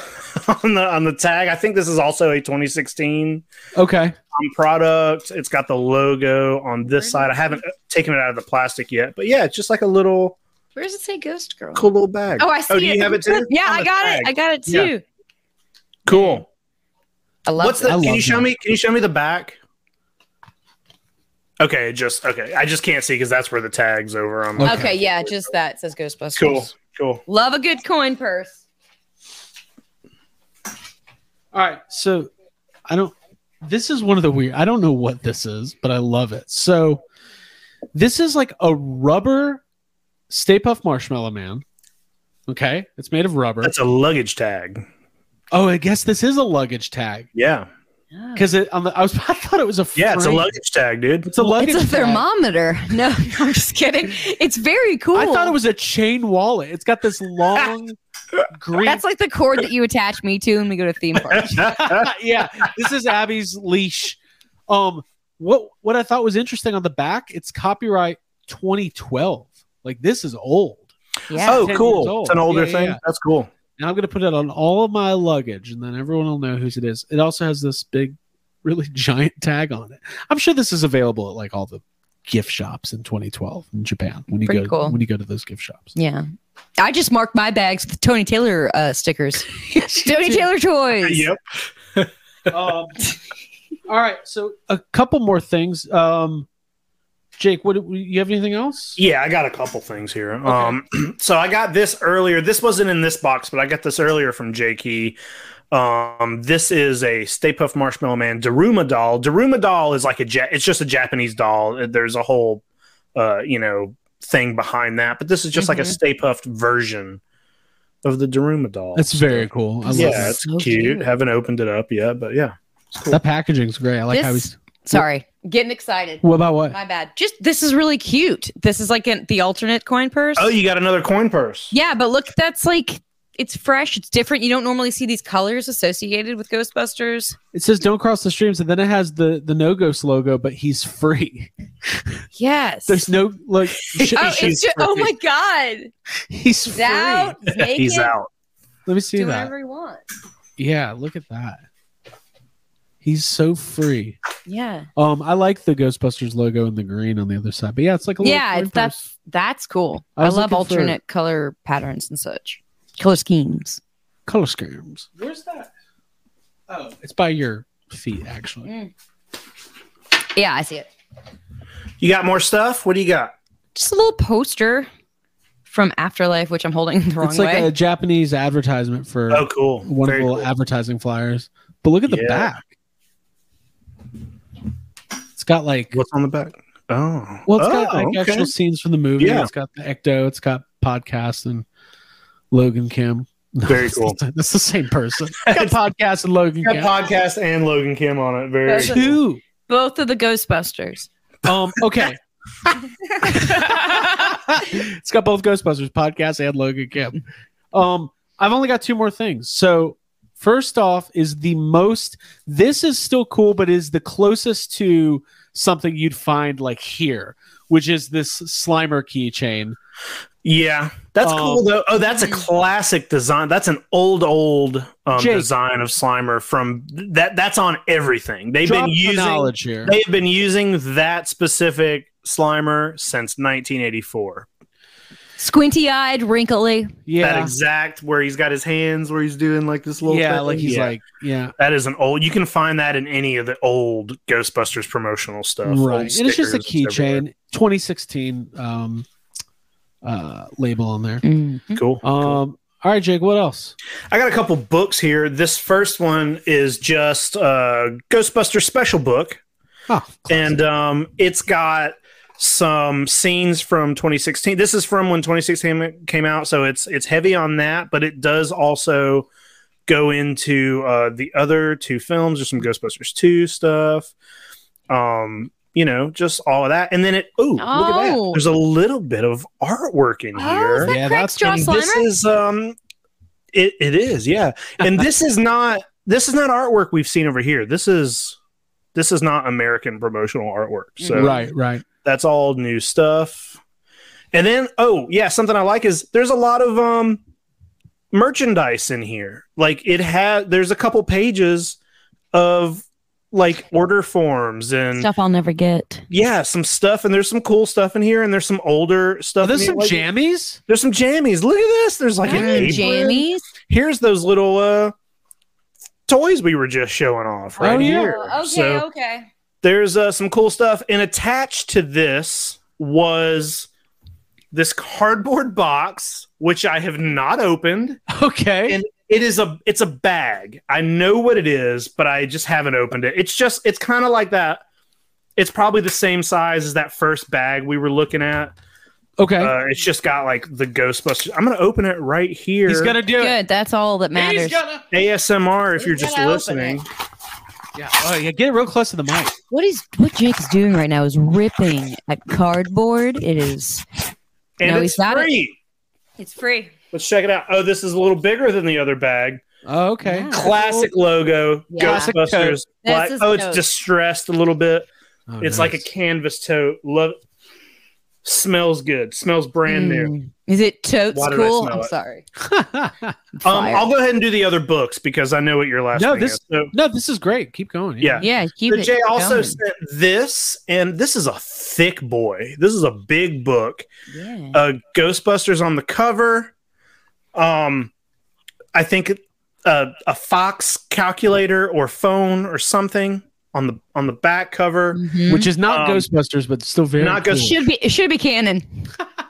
Speaker 10: on the on the tag. I think this is also a 2016
Speaker 1: okay.
Speaker 10: um, product. It's got the logo on this side. I haven't taken it out of the plastic yet, but yeah, it's just like a little
Speaker 9: Where does it say Ghost Girl?
Speaker 10: cool little bag.
Speaker 9: Oh, I see.
Speaker 10: Oh, do you
Speaker 9: it.
Speaker 10: have it too?
Speaker 9: Yeah,
Speaker 10: On
Speaker 9: I
Speaker 10: the
Speaker 9: got
Speaker 10: tag.
Speaker 9: it. I got it
Speaker 10: Yeah.
Speaker 9: too.
Speaker 10: Cool.
Speaker 9: I love
Speaker 10: What's
Speaker 9: that.
Speaker 10: the?
Speaker 1: I
Speaker 10: Can
Speaker 1: love
Speaker 10: you show
Speaker 1: that.
Speaker 10: me? Can you show me the back? Okay, just okay. I just can't see because that's where the tags over. on my-
Speaker 9: Okay. yeah, just that it says Ghostbusters.
Speaker 10: Cool. Cool.
Speaker 9: Love a good coin purse.
Speaker 1: All right. So I don't this is one of the weird I don't know what this is, but I love it. So this is like a rubber Stay Puff Marshmallow Man. Okay. It's made of rubber.
Speaker 10: That's a luggage tag.
Speaker 1: oh, I guess this is a luggage tag.
Speaker 10: Yeah.
Speaker 1: Because it on the I was I thought it was a
Speaker 10: Yeah, it's a
Speaker 1: frame.
Speaker 10: luggage tag, dude.
Speaker 1: It's a luggage
Speaker 9: It's a
Speaker 1: tag.
Speaker 9: thermometer. No, I'm just kidding. It's very cool.
Speaker 1: I thought it was a chain wallet. It's got this long green
Speaker 9: That's like the cord that you attach me to when we go to theme parks.
Speaker 10: Oh,
Speaker 1: yeah, this is Abby's leash. Um, what what I thought was interesting on the back, it's copyright 2012. Like this is old.
Speaker 9: Yeah.
Speaker 1: Oh, 10 years cool. old. It's an older Yeah, yeah, thing. yeah.
Speaker 10: That's cool.
Speaker 1: And I'm gonna put it on all of my luggage, and then everyone will know whose it is. It also has this big, really giant tag on it. I'm sure this is available at like all the gift shops in 2012 in Japan when you
Speaker 9: Pretty
Speaker 1: go
Speaker 9: cool.
Speaker 1: when you go to those gift shops.
Speaker 9: Yeah. I just marked my bags with Tony Taylor uh, stickers. Tony Taylor toys.
Speaker 10: Yep.
Speaker 1: um, all right, so a couple more things. Um, Jake, what you have anything else?
Speaker 10: Yeah, I got a couple things here. Um, so I got this earlier. This wasn't in this box, but I got this earlier from Jakey. Um, this is a Stay Puft Marshmallow Man Daruma doll. Daruma doll is like a ja- it's just a Japanese doll. There's a whole uh, you know, thing behind that, but this is just like a
Speaker 9: Mhm.
Speaker 10: Stay Puft version of the Daruma doll.
Speaker 1: That's very cool. I love
Speaker 10: yeah,
Speaker 1: that.
Speaker 10: it's
Speaker 9: So
Speaker 10: cute.
Speaker 9: cute.
Speaker 10: Haven't opened it up yet, but yeah.
Speaker 1: That packaging's great. I like how
Speaker 9: This-
Speaker 1: he's.
Speaker 9: Sorry. Getting excited.
Speaker 1: What about what?
Speaker 9: My bad. Just this is really cute. This is like an, the alternate coin purse.
Speaker 10: Oh, you got another coin purse.
Speaker 9: yeah, but look, that's like it's fresh. It's different. You don't normally see these colors associated with Ghostbusters.
Speaker 1: It says "Don't cross the streams," and then it has the the no ghost logo, but he's free.
Speaker 9: Yes.
Speaker 1: There's no like. shit,
Speaker 9: oh,
Speaker 1: he's
Speaker 9: it's ju- oh my god.
Speaker 1: He's
Speaker 9: He's
Speaker 1: free.
Speaker 9: out. He's naked.
Speaker 10: He's out.
Speaker 1: Let me see
Speaker 9: Do
Speaker 1: that.
Speaker 9: whatever he wants.
Speaker 1: Yeah, look at that. He's so free.
Speaker 9: Yeah.
Speaker 1: Um, I like the Ghostbusters logo in the green on the other side, but yeah, it's like a
Speaker 9: Yeah,
Speaker 1: Little
Speaker 9: it's- that's that's cool.
Speaker 1: I
Speaker 9: I,
Speaker 1: was
Speaker 9: love
Speaker 1: looking for-
Speaker 9: alternate color patterns and such. Color schemes.
Speaker 1: color schemes. Where's that? Oh, it's by your feet actually.
Speaker 9: Mm, Yeah, I see it.
Speaker 10: You got more stuff? What do you got?
Speaker 9: Just a little poster from Afterlife, which I'm holding the wrong
Speaker 1: It's like
Speaker 9: way.
Speaker 1: a Japanese advertisement for
Speaker 10: Oh, cool. Very
Speaker 1: wonderful
Speaker 10: cool.
Speaker 1: advertising flyers. But look at the
Speaker 10: Yeah.
Speaker 1: back. It's got like
Speaker 10: What's on the back? Oh,
Speaker 1: well, it's
Speaker 10: oh,
Speaker 1: got like
Speaker 10: okay.
Speaker 1: actual scenes from the movie.
Speaker 10: Yeah.
Speaker 1: It's got the Ecto. It's got podcast and Logan Kim.
Speaker 10: Very cool.
Speaker 1: That's the same person. It's got podcast and Logan
Speaker 10: Got
Speaker 1: Kim.
Speaker 10: podcast and Logan Kim on it. Very.
Speaker 9: That's
Speaker 1: Two.
Speaker 9: Both of the Ghostbusters.
Speaker 1: Um. Okay. it's got both Ghostbusters podcast and Logan Kim. Um, I've only got two more things. So first off is the most. This is still cool, but is the closest to something you'd find like here, which is this Slimer keychain.
Speaker 10: yeah, that's
Speaker 1: Um,
Speaker 10: cool though. Oh, that's a classic design. That's an old, old um,
Speaker 1: Jake.
Speaker 10: design of Slimer from that. That's on everything. They've
Speaker 1: Drop
Speaker 10: been
Speaker 1: the
Speaker 10: using.
Speaker 1: knowledge here.
Speaker 10: They've been using that specific Slimer since 1984.
Speaker 9: Squinty eyed, wrinkly.
Speaker 10: That
Speaker 1: Yeah,
Speaker 10: exact where he's got his hands where he's doing like this little.
Speaker 1: yeah,
Speaker 10: thing.
Speaker 1: like he's
Speaker 10: Yeah.
Speaker 1: like yeah,
Speaker 10: That is an old. You can find that in any of the old Ghostbusters promotional stuff.
Speaker 1: right.
Speaker 10: Old
Speaker 1: And it's just a
Speaker 10: Uh, stickers, it's everywhere.
Speaker 1: keychain, 2016 um, uh, label on there.
Speaker 10: Cool.
Speaker 1: Um, all right, Jake, what else?
Speaker 10: I got a couple books here. This first one is just a Ghostbuster special book.
Speaker 1: Oh,
Speaker 10: and um, it's got some scenes from 2016. This is from when 2016 came out, so it's it's heavy on that, but it does also go into uh, the other two films. There's some Ghostbusters 2 stuff. Um, you know, just all of that, and then it. Ooh, look at that!
Speaker 9: Oh.
Speaker 10: There's a little bit of artwork in
Speaker 9: Oh,
Speaker 10: here.
Speaker 9: is that
Speaker 1: Yeah,
Speaker 9: Craig's
Speaker 1: that's
Speaker 9: Josh
Speaker 1: been-
Speaker 10: And this
Speaker 9: Slimer?
Speaker 10: is um it, it is yeah and this is not this is not artwork we've seen over here this is this is not american promotional artwork
Speaker 9: Mm-hmm.
Speaker 10: so
Speaker 1: right, right.
Speaker 10: that's all new stuff and then oh yeah something i like is there's a lot of um merchandise in here like it had there's a couple pages of like order forms and
Speaker 9: Stuff I'll never get.
Speaker 10: yeah some stuff and there's some cool stuff in here and there's some older stuff
Speaker 1: Are there
Speaker 10: in here,
Speaker 1: some
Speaker 10: like-
Speaker 1: jammies?
Speaker 10: there's some jammies look at this there's like an
Speaker 9: Oh,
Speaker 10: apron
Speaker 9: Jamie's.
Speaker 10: here's those little uh toys we were just showing off right
Speaker 1: Oh, yeah.
Speaker 10: here.
Speaker 9: Okay,
Speaker 10: so
Speaker 9: okay.
Speaker 10: there's uh, some cool stuff and attached to this was this cardboard box which I have not opened.
Speaker 1: Okay.
Speaker 10: And- It is a it's a bag. I know what it is, but I just haven't opened it. It's just it's kind of like that it's probably the same size as that first bag we were looking at.
Speaker 1: okay.
Speaker 10: Uh, it's just got like the Ghostbusters. I'm gonna open it right here.
Speaker 1: He's gonna do it.
Speaker 9: Good. That's all that matters.
Speaker 1: gonna.
Speaker 10: ASMR if you're
Speaker 9: He's
Speaker 10: just
Speaker 9: gonna open
Speaker 10: listening.
Speaker 1: Yeah. Oh, yeah. Get it real close to the mic.
Speaker 9: What is what Jake is doing right now is ripping at cardboard. It is.
Speaker 10: and
Speaker 9: No,
Speaker 10: it's
Speaker 9: he's got it.
Speaker 10: free.
Speaker 9: It's free.
Speaker 10: Let's check it out. Oh, this is a little bigger than the other bag.
Speaker 1: Oh, okay.
Speaker 9: Yeah.
Speaker 10: Classic logo,
Speaker 9: Yeah. Classic
Speaker 10: Ghostbusters. Black.
Speaker 9: This is
Speaker 10: Oh, it's
Speaker 9: dope.
Speaker 10: distressed a little bit.
Speaker 1: Oh,
Speaker 10: it's like a
Speaker 1: nice.
Speaker 10: canvas tote. Love. it. Smells good. Smells brand new.
Speaker 9: Mm. Is it totes
Speaker 10: Why did I
Speaker 9: cool?
Speaker 10: smell
Speaker 9: I'm
Speaker 10: it?
Speaker 9: sorry. I'm
Speaker 10: Um,
Speaker 9: fired.
Speaker 10: I'll go ahead and do the other books because I know what your last
Speaker 1: No,
Speaker 10: thing
Speaker 1: this-
Speaker 10: is. So,
Speaker 1: no, this is great. Keep going.
Speaker 10: yeah.
Speaker 9: yeah, keep
Speaker 10: So
Speaker 9: it.
Speaker 10: Jay also
Speaker 9: going.
Speaker 10: sent this, and this is a thick boy. This is a big book.
Speaker 9: Yeah.
Speaker 10: uh, Ghostbusters on the cover. Um, I think uh, a Fox calculator or phone or something on the on the back cover.
Speaker 9: Mhm.
Speaker 1: Which is not
Speaker 10: Um,
Speaker 1: Ghostbusters, but still very
Speaker 10: not
Speaker 1: cool.
Speaker 10: Ghost-
Speaker 9: should be it should be canon.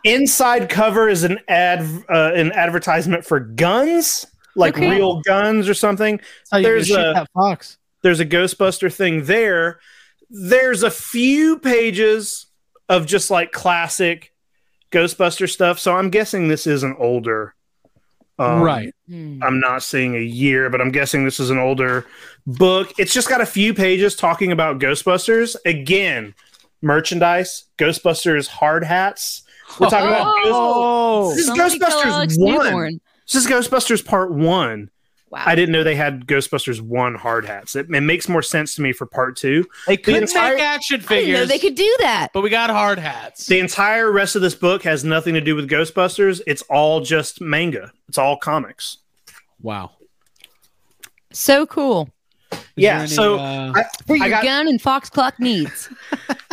Speaker 10: Inside cover is an ad uh, an advertisement for guns, like
Speaker 9: Okay.
Speaker 10: real guns or something.
Speaker 1: That's how you
Speaker 10: there's
Speaker 1: shoot
Speaker 10: a-
Speaker 1: that fox.
Speaker 10: There's a Ghostbuster thing there. There's a few pages of just like classic Ghostbuster stuff. So I'm guessing this is an older um,
Speaker 1: right.
Speaker 9: Hmm.
Speaker 10: I'm not seeing a year, but I'm guessing this is an older book. It's just got a few pages talking about Ghostbusters. Again, merchandise, Ghostbusters hard hats. We're talking about Ghost-
Speaker 1: Oh.
Speaker 10: This is
Speaker 9: Somebody
Speaker 10: Ghostbusters
Speaker 9: collects
Speaker 10: one.
Speaker 9: newborn.
Speaker 10: this is Ghostbusters Part One.
Speaker 9: Wow.
Speaker 10: I didn't know they had Ghostbusters One hard hats. It, it makes more sense to me for Part Two.
Speaker 1: They couldn't
Speaker 10: entire-
Speaker 1: make action
Speaker 9: I didn't know
Speaker 1: figures,
Speaker 9: they could do that.
Speaker 1: but we got hard hats.
Speaker 10: The entire rest of this book has nothing to do with Ghostbusters. It's all just manga. It's all comics.
Speaker 1: Wow.
Speaker 9: So cool.
Speaker 1: Is
Speaker 10: Yeah,
Speaker 1: there any,
Speaker 10: so
Speaker 1: uh,
Speaker 10: I-
Speaker 9: For your
Speaker 10: I got-
Speaker 9: gun and Fox Clock needs.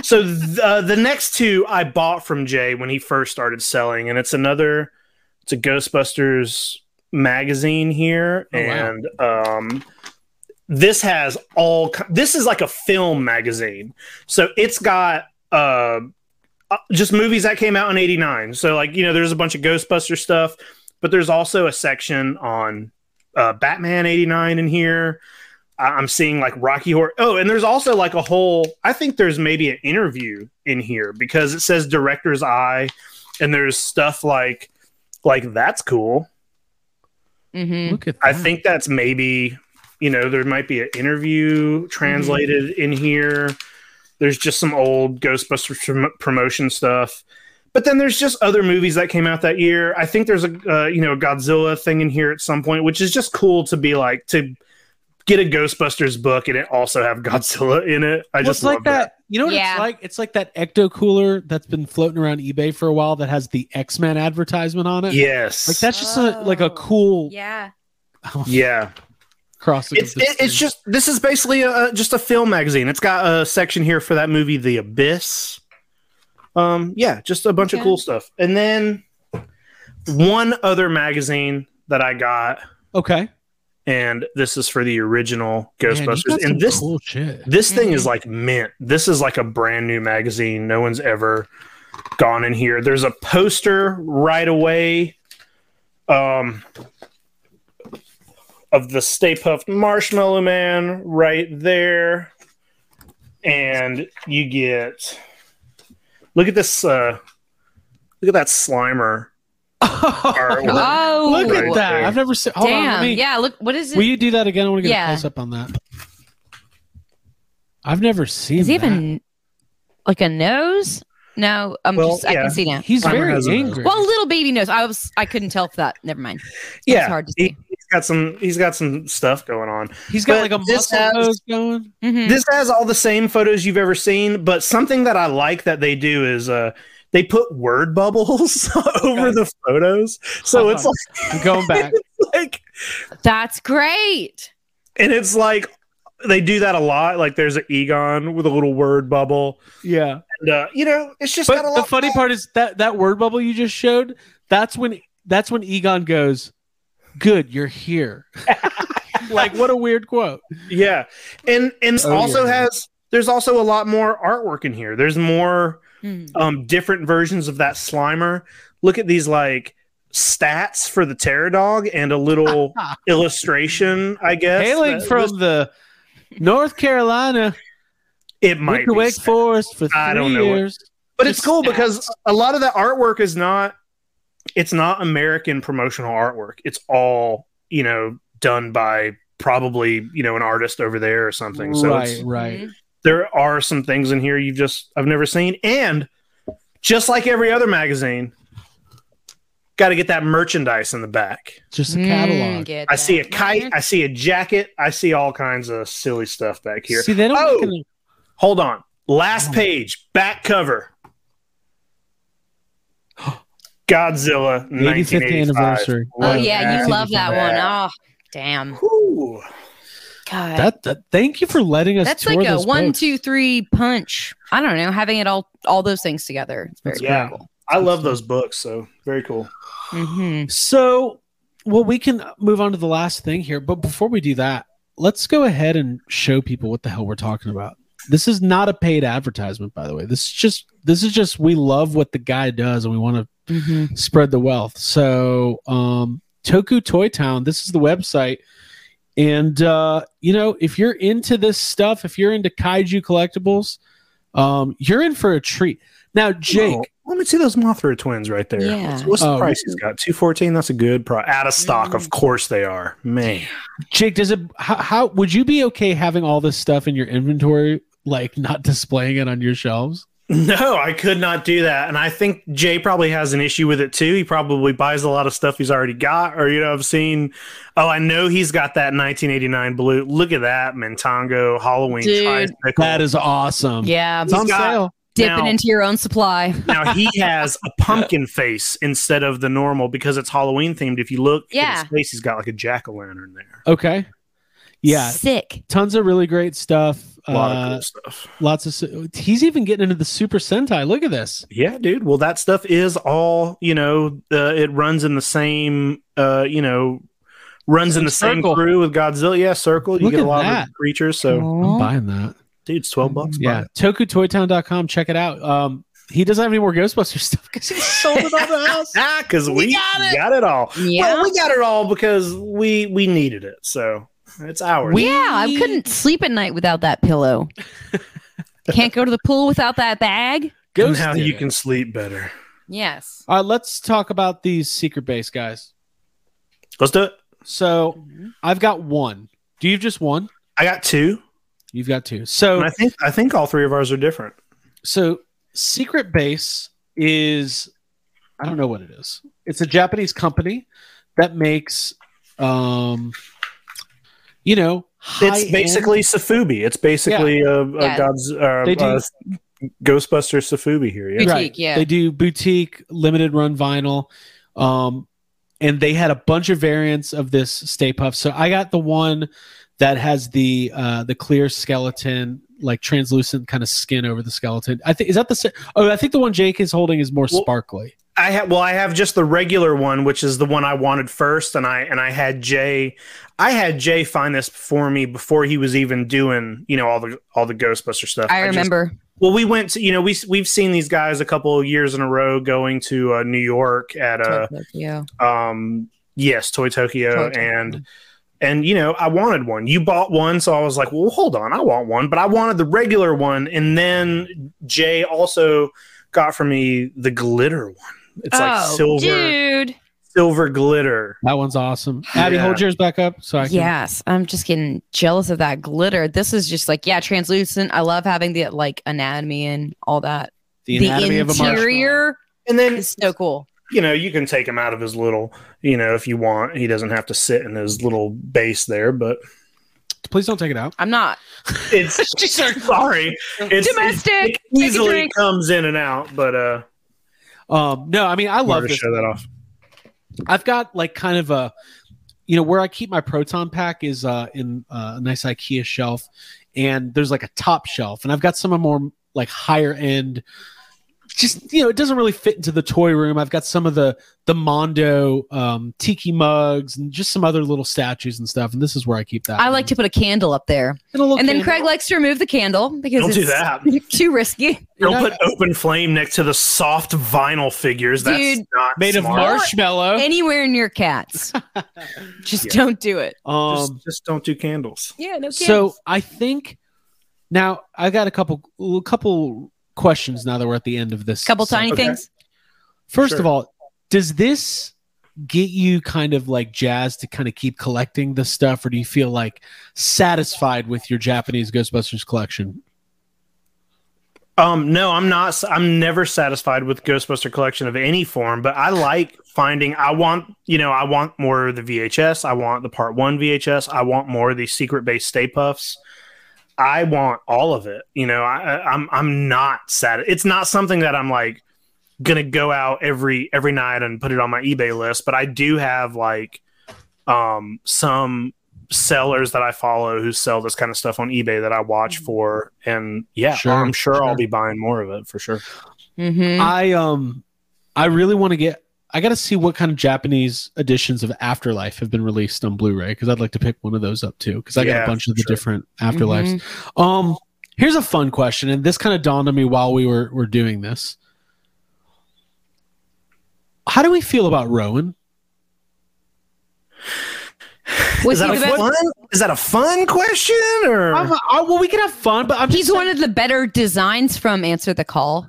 Speaker 10: so th- uh, the next two I bought from Jay when he first started selling, and it's another, it's a Ghostbusters magazine here,
Speaker 1: Oh, wow.
Speaker 10: and um, this has all. ki- This is like a film magazine, so it's got uh, uh, just movies that came out in '89. So like you know, there's a bunch of Ghostbuster stuff, but there's also a section on uh, Batman '89 in here. I- I'm seeing like Rocky Horror. Oh, and there's also like a whole. I think there's maybe an interview in here because it says director's eye, and there's stuff like, like that's cool.
Speaker 9: Mm-hmm.
Speaker 1: look at
Speaker 10: I
Speaker 1: that.
Speaker 10: think that's maybe, you know, there might be an interview translated
Speaker 1: Mm-hmm.
Speaker 10: in here. There's just some old Ghostbusters prom- promotion stuff. But then there's just other movies that came out that year. I think there's a uh, you know Godzilla thing in here at some point, which is just cool to be like to get a Ghostbusters book and it also have Godzilla in it. I
Speaker 1: Well,
Speaker 10: just
Speaker 1: it's like
Speaker 10: love that.
Speaker 1: that. You know what
Speaker 9: Yeah.
Speaker 1: it's like? It's like that ecto cooler that's been floating around eBay for a while that has the X Men advertisement on it.
Speaker 10: Yes.
Speaker 1: uh, Like that's just a, like a
Speaker 9: Oh.
Speaker 1: cool
Speaker 9: Yeah.
Speaker 10: Yeah.
Speaker 1: crossing. of
Speaker 10: it's
Speaker 1: the
Speaker 10: it, it's
Speaker 1: two.
Speaker 10: just this is basically a, a- just a film magazine. It's got a section here for that movie, The Abyss. Um, yeah, just a bunch of
Speaker 9: Okay.
Speaker 10: cool stuff, and then one other magazine that I got,
Speaker 1: okay.
Speaker 10: and this is for the original
Speaker 1: Man, you
Speaker 10: Ghostbusters,
Speaker 1: got some
Speaker 10: and this
Speaker 1: cool Oh, shit.
Speaker 10: this thing
Speaker 9: Mm-hmm.
Speaker 10: is like mint. This is like a brand new magazine. No one's ever gone in here. There's a poster right away um, of the Stay Puffed Marshmallow Man right there. and you get look at this uh look at that slimer artwork.
Speaker 9: Oh,
Speaker 1: Look at
Speaker 10: Right
Speaker 1: that.
Speaker 10: there.
Speaker 1: I've never seen. Hold on.
Speaker 9: damn.
Speaker 1: Let me,
Speaker 9: yeah, look. What is it?
Speaker 1: Will you do that again? I want to get
Speaker 9: Yeah.
Speaker 1: a close up on that. I've never seen
Speaker 9: is he
Speaker 1: that.
Speaker 9: even like a nose? No, I'm
Speaker 10: Well,
Speaker 9: just. I
Speaker 10: yeah.
Speaker 9: can see now.
Speaker 1: He's
Speaker 10: Slimer
Speaker 1: very
Speaker 10: has a nose.
Speaker 1: angry.
Speaker 9: Well, a little baby nose. I was. I couldn't tell if that. Never mind.
Speaker 10: yeah
Speaker 9: It's hard to
Speaker 10: he,
Speaker 9: see.
Speaker 10: has got some he's got some stuff going on
Speaker 1: he's got
Speaker 10: but
Speaker 1: like a
Speaker 10: this
Speaker 1: muscle
Speaker 10: has-
Speaker 1: nose going.
Speaker 9: Mhm.
Speaker 10: this has all the same photos you've ever seen but something that i like that they do is uh they put word bubbles over
Speaker 1: Okay. Uh-huh.
Speaker 10: the photos so
Speaker 1: Hold
Speaker 10: it's
Speaker 1: on. I'm going back.
Speaker 10: like
Speaker 9: That's great.
Speaker 10: and it's like they do that a lot like there's an egon with a little word bubble
Speaker 1: yeah.
Speaker 10: and uh, you know it's just got a
Speaker 1: But
Speaker 10: lot
Speaker 1: the funny
Speaker 10: of-
Speaker 1: part is that that word bubble you just showed. That's when that's when Egon goes, "Good, you're here." like what a weird quote.
Speaker 10: yeah and and
Speaker 1: Oh,
Speaker 10: also
Speaker 1: yeah.
Speaker 10: has there's also a lot more artwork in here there's more
Speaker 9: Hmm.
Speaker 10: um different versions of that slimer look at these like stats for the terror dog and a little illustration i guess
Speaker 1: Hailing
Speaker 10: that
Speaker 1: from
Speaker 10: was-
Speaker 1: the North Carolina,
Speaker 10: it
Speaker 1: went
Speaker 10: might
Speaker 1: to
Speaker 10: be
Speaker 1: Wake Forest for three
Speaker 10: I don't know what-
Speaker 1: years.
Speaker 10: but it's
Speaker 1: Just
Speaker 10: cool
Speaker 1: stats.
Speaker 10: because a lot of that artwork is not it's not american promotional artwork it's all you know done by probably you know an artist over there or something so
Speaker 1: right,
Speaker 10: it's,
Speaker 1: right.
Speaker 9: Mm-hmm.
Speaker 10: there are some things in here you just i've never seen and just like every other magazine got to get that merchandise in the back
Speaker 1: Just a
Speaker 9: Mm,
Speaker 1: catalog.
Speaker 9: get
Speaker 10: i see a
Speaker 9: that.
Speaker 10: kite i see a jacket i see all kinds of silly stuff back here
Speaker 1: See, they don't. Oh.
Speaker 10: Oh!
Speaker 1: make it-
Speaker 10: hold on last page back cover godzilla
Speaker 1: 85th
Speaker 10: 1985
Speaker 1: anniversary.
Speaker 9: Oh
Speaker 10: Look
Speaker 9: yeah,
Speaker 10: at
Speaker 9: you love that one.
Speaker 10: that.
Speaker 9: Oh, damn.
Speaker 10: Ooh.
Speaker 9: God.
Speaker 1: That, that thank you for letting us.
Speaker 9: That's
Speaker 1: tour
Speaker 9: like a
Speaker 1: this
Speaker 9: one,
Speaker 1: boat.
Speaker 9: two, three punch. I don't know, having it all, all those things together. It's very
Speaker 10: Yeah.
Speaker 9: cool.
Speaker 10: i love those books so very cool
Speaker 9: hmm
Speaker 1: So, well, we can move on to the last thing here, but before we do that, let's go ahead and show people what the hell we're talking about. This is not a paid advertisement, by the way. This is just this is just we love what the guy does and we want to
Speaker 9: hmm
Speaker 1: spread the wealth. So, um, Toku Toy Town, this is the website. And, uh, you know, if you're into this stuff, if you're into kaiju collectibles, um, you're in for a treat. Now, Jake,
Speaker 10: Oh, let me see those Mothra twins right there.
Speaker 9: Yeah.
Speaker 10: What's- What's the
Speaker 1: Oh,
Speaker 10: price he's got? Two fourteen. That's a good price. Out of stock,
Speaker 9: Mm.
Speaker 10: of course they are. Man,
Speaker 1: Jake, does it, how, how would you be okay having all this stuff in your inventory, like not displaying it on your shelves?
Speaker 10: no, I could not do that. And I think Jay probably has an issue with it too. He probably buys a lot of stuff he's already got, or you know, I've seen. Oh, I know he's got that 1989 blue. Look at that Mentango Halloween
Speaker 9: Dude.
Speaker 10: tricycle.
Speaker 1: That is awesome.
Speaker 9: Yeah.
Speaker 1: It's on
Speaker 10: He's got-
Speaker 1: sale.
Speaker 9: Dipping
Speaker 10: now-
Speaker 9: into your own supply.
Speaker 10: now he has a pumpkin face instead of the normal because it's Halloween themed. If you look,
Speaker 9: Yeah.
Speaker 10: at his face, he's got like a jack o' lantern there.
Speaker 1: Okay. Yeah.
Speaker 9: Sick.
Speaker 1: Tons of really great stuff.
Speaker 10: A lot
Speaker 1: Uh,
Speaker 10: of cool stuff.
Speaker 1: Lots of su- he's even getting into the Super Sentai. Look at this.
Speaker 10: Yeah, dude. Well, that stuff is all you know. Uh, it runs in the same, uh, you know, runs in the
Speaker 1: Circle.
Speaker 10: same crew with Godzilla. Yeah, Circle. You
Speaker 1: Look
Speaker 10: get
Speaker 1: at
Speaker 10: a lot
Speaker 1: that.
Speaker 10: of creatures. So,
Speaker 1: I'm
Speaker 9: Cool.
Speaker 1: buying that.
Speaker 10: dude, it's twelve bucks. buy
Speaker 1: Yeah.
Speaker 10: it.
Speaker 1: TokuToyTown.com. Check it out. Um, he doesn't have any more Ghostbusters stuff because he sold it all to us.
Speaker 10: ah, because we, got, it. all.
Speaker 9: Yeah.
Speaker 10: Well, we got it all because we we needed it. So it's ours.
Speaker 1: We-
Speaker 9: yeah, I couldn't sleep at night without that pillow. Can't go to the pool without that bag.
Speaker 10: and
Speaker 1: Ghost
Speaker 10: how
Speaker 1: did
Speaker 10: you
Speaker 1: it.
Speaker 10: can sleep better.
Speaker 9: Yes.
Speaker 1: All right, let's talk about these secret base guys.
Speaker 10: Let's do it.
Speaker 1: So I've got one. Do you have just one?
Speaker 10: I got two.
Speaker 1: You've got two.
Speaker 10: And
Speaker 1: So
Speaker 10: I think I think all three of ours are different.
Speaker 1: so secret base is I don't know what it is. It's a Japanese company that makes um you know
Speaker 10: It's
Speaker 1: high-end-
Speaker 10: basically Safubi. It's basically uh a,
Speaker 9: Yeah.
Speaker 10: God's uh,
Speaker 1: They do-
Speaker 10: uh, Ghostbuster Safubi here. Yeah.
Speaker 9: Boutique, yeah.
Speaker 1: They do boutique limited run vinyl. Um, and they had a bunch of variants of this Stay Puff. So I got the one that has the uh, the clear skeleton, like translucent kind of skin over the skeleton. I think is that the sa- oh I think the one Jake is holding is more
Speaker 10: Well-
Speaker 1: sparkly.
Speaker 10: I have well, I have just the regular one, which is the one I wanted first, and I and I had Jay, I had Jay find this for me before he was even doing you know all the all the Ghostbuster stuff.
Speaker 9: I
Speaker 10: just-
Speaker 9: remember.
Speaker 10: well, we went to you know we we've seen these guys a couple of years in a row going to uh, New York at a
Speaker 9: yeah.
Speaker 10: um yes Toy Tokyo
Speaker 9: Toy Tokyo.
Speaker 10: and And you know, I wanted one. You bought one, so I was like, "Well, hold on, I want one." But I wanted the regular one, and then Jay also got for me the glitter one. It's like
Speaker 9: oh,
Speaker 10: silver,
Speaker 9: dude.
Speaker 10: silver glitter.
Speaker 1: That one's awesome. Abby,
Speaker 10: Yeah.
Speaker 1: hold yours back up. So I can.
Speaker 9: Yes, I'm just getting jealous of that glitter. This is just like, yeah, translucent. I love having the like anatomy and all that.
Speaker 1: The
Speaker 9: interior
Speaker 10: And then
Speaker 9: is so cool.
Speaker 10: you know, you can take him out of his little, you know, if you want. He doesn't have to sit in his little base there, but
Speaker 1: Please don't take it out.
Speaker 9: I'm not.
Speaker 10: it's sorry. It's,
Speaker 9: Domestic,
Speaker 10: It
Speaker 9: take a
Speaker 10: easily
Speaker 9: drink.
Speaker 10: comes in and out, but uh
Speaker 1: Um, no, I mean I love
Speaker 10: love to
Speaker 1: this.
Speaker 10: show that off.
Speaker 1: I've got like kind of a, you know, where I keep my proton pack is uh, in uh, a nice IKEA shelf, and there's like a top shelf, and I've got some of more like higher end. Just you know, it doesn't really fit into the toy room. I've got some of the the Mondo um, tiki mugs and just some other little statues and stuff, and this is where I keep that.
Speaker 9: I like to put a candle up there,
Speaker 1: and, a little
Speaker 9: and then
Speaker 1: candle.
Speaker 9: Craig likes to remove the candle because
Speaker 10: Don't do
Speaker 9: it's
Speaker 10: that.
Speaker 9: too risky.
Speaker 10: Don't
Speaker 1: You're
Speaker 10: put open flame next to the soft vinyl figures. That's
Speaker 9: Dude,
Speaker 10: not
Speaker 1: made of
Speaker 10: smart.
Speaker 1: marshmallow.
Speaker 9: Anywhere near cats, just
Speaker 10: Yeah.
Speaker 9: don't do it.
Speaker 1: um,
Speaker 10: Just, just don't do candles.
Speaker 9: Yeah, no.
Speaker 1: So I think now I got a couple a couple questions now that we're at the end of this.
Speaker 9: couple tiny
Speaker 1: segment.
Speaker 10: Okay.
Speaker 9: things.
Speaker 1: First
Speaker 10: Sure.
Speaker 1: of all, does this get you kind of like jazzed to kind of keep collecting this stuff, or do you feel like satisfied with your Japanese Ghostbusters collection?
Speaker 10: Um, no, I'm not. I'm never satisfied with Ghostbuster collection of any form, but I like finding. I want, you know, I want more of the VHS. I want the part one VHS. I want more of the secret base Stay Puffs. I want all of it. You know, I, I- I'm I'm not sad. It's not something that I'm like gonna go out every every night and put it on my eBay list. But I do have like um some sellers that I follow who sell this kind of stuff on eBay that I watch for, and yeah,
Speaker 1: Sure,
Speaker 10: I'm sure,
Speaker 1: sure.
Speaker 10: I'll be buying more of it for sure.
Speaker 9: Mm-hmm.
Speaker 1: I um I really want to get I got to see what kind of Japanese editions of Afterlife have been released on Blu-ray because I'd like to pick one of those up too because I got
Speaker 10: Yeah,
Speaker 1: a bunch of the
Speaker 10: sure.
Speaker 1: different Afterlives.
Speaker 9: Mm-hmm.
Speaker 1: Um, here's a fun question, and this kind of dawned on me while we were were doing this. How do we feel about Rowan?
Speaker 9: Was he
Speaker 10: that
Speaker 9: the
Speaker 10: a
Speaker 9: best?
Speaker 10: fun? Is that a fun question or?
Speaker 1: I'm, I, well, we can have fun, but I'm just
Speaker 9: He's one of the better designs from Answer the Call.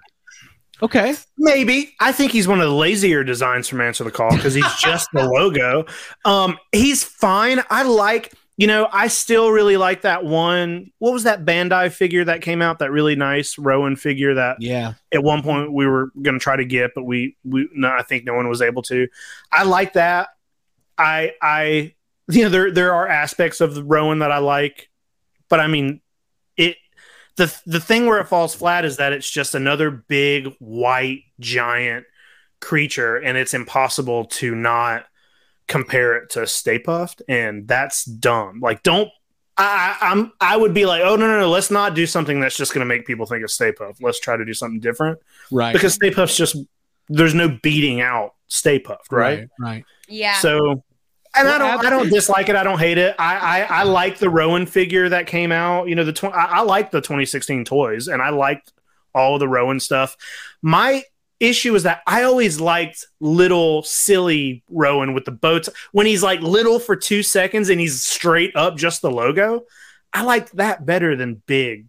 Speaker 1: okay.
Speaker 10: Maybe. I think he's one of the lazier designs from Answer the Call because he's just the logo. Um, he's fine. I like, you know, I still really like that one. What was that Bandai figure that came out? That really nice Rowan figure that
Speaker 1: Yeah,
Speaker 10: at one point we were going to try to get, but we, we, no, I think no one was able to. I like that. I, I, you know, there, there are aspects of the Rowan that I like, but I mean, it, the, the thing where it falls flat is that it's just another big white giant creature and it's impossible to not compare it to Stay Puffed. And that's dumb. Like, don't, I, I- I'm I would be like, oh no no no, let's not do something that's just going to make people think of Stay Puft. Let's try to do something different
Speaker 1: right.
Speaker 10: because Stay Puft's just there's no beating out Stay Puft, right?
Speaker 1: right, right.
Speaker 9: Yeah.
Speaker 10: So, and
Speaker 1: Well,
Speaker 10: I don't I don't
Speaker 1: absolutely.
Speaker 10: dislike it. I don't hate it. I I, I like the Rowan figure that came out. You know the tw- I, I like the 2016 toys, and I liked all the Rowan stuff. My issue is that I always liked little silly Rowan with the boats when he's like little for two seconds and he's straight up just the logo. I liked that better than big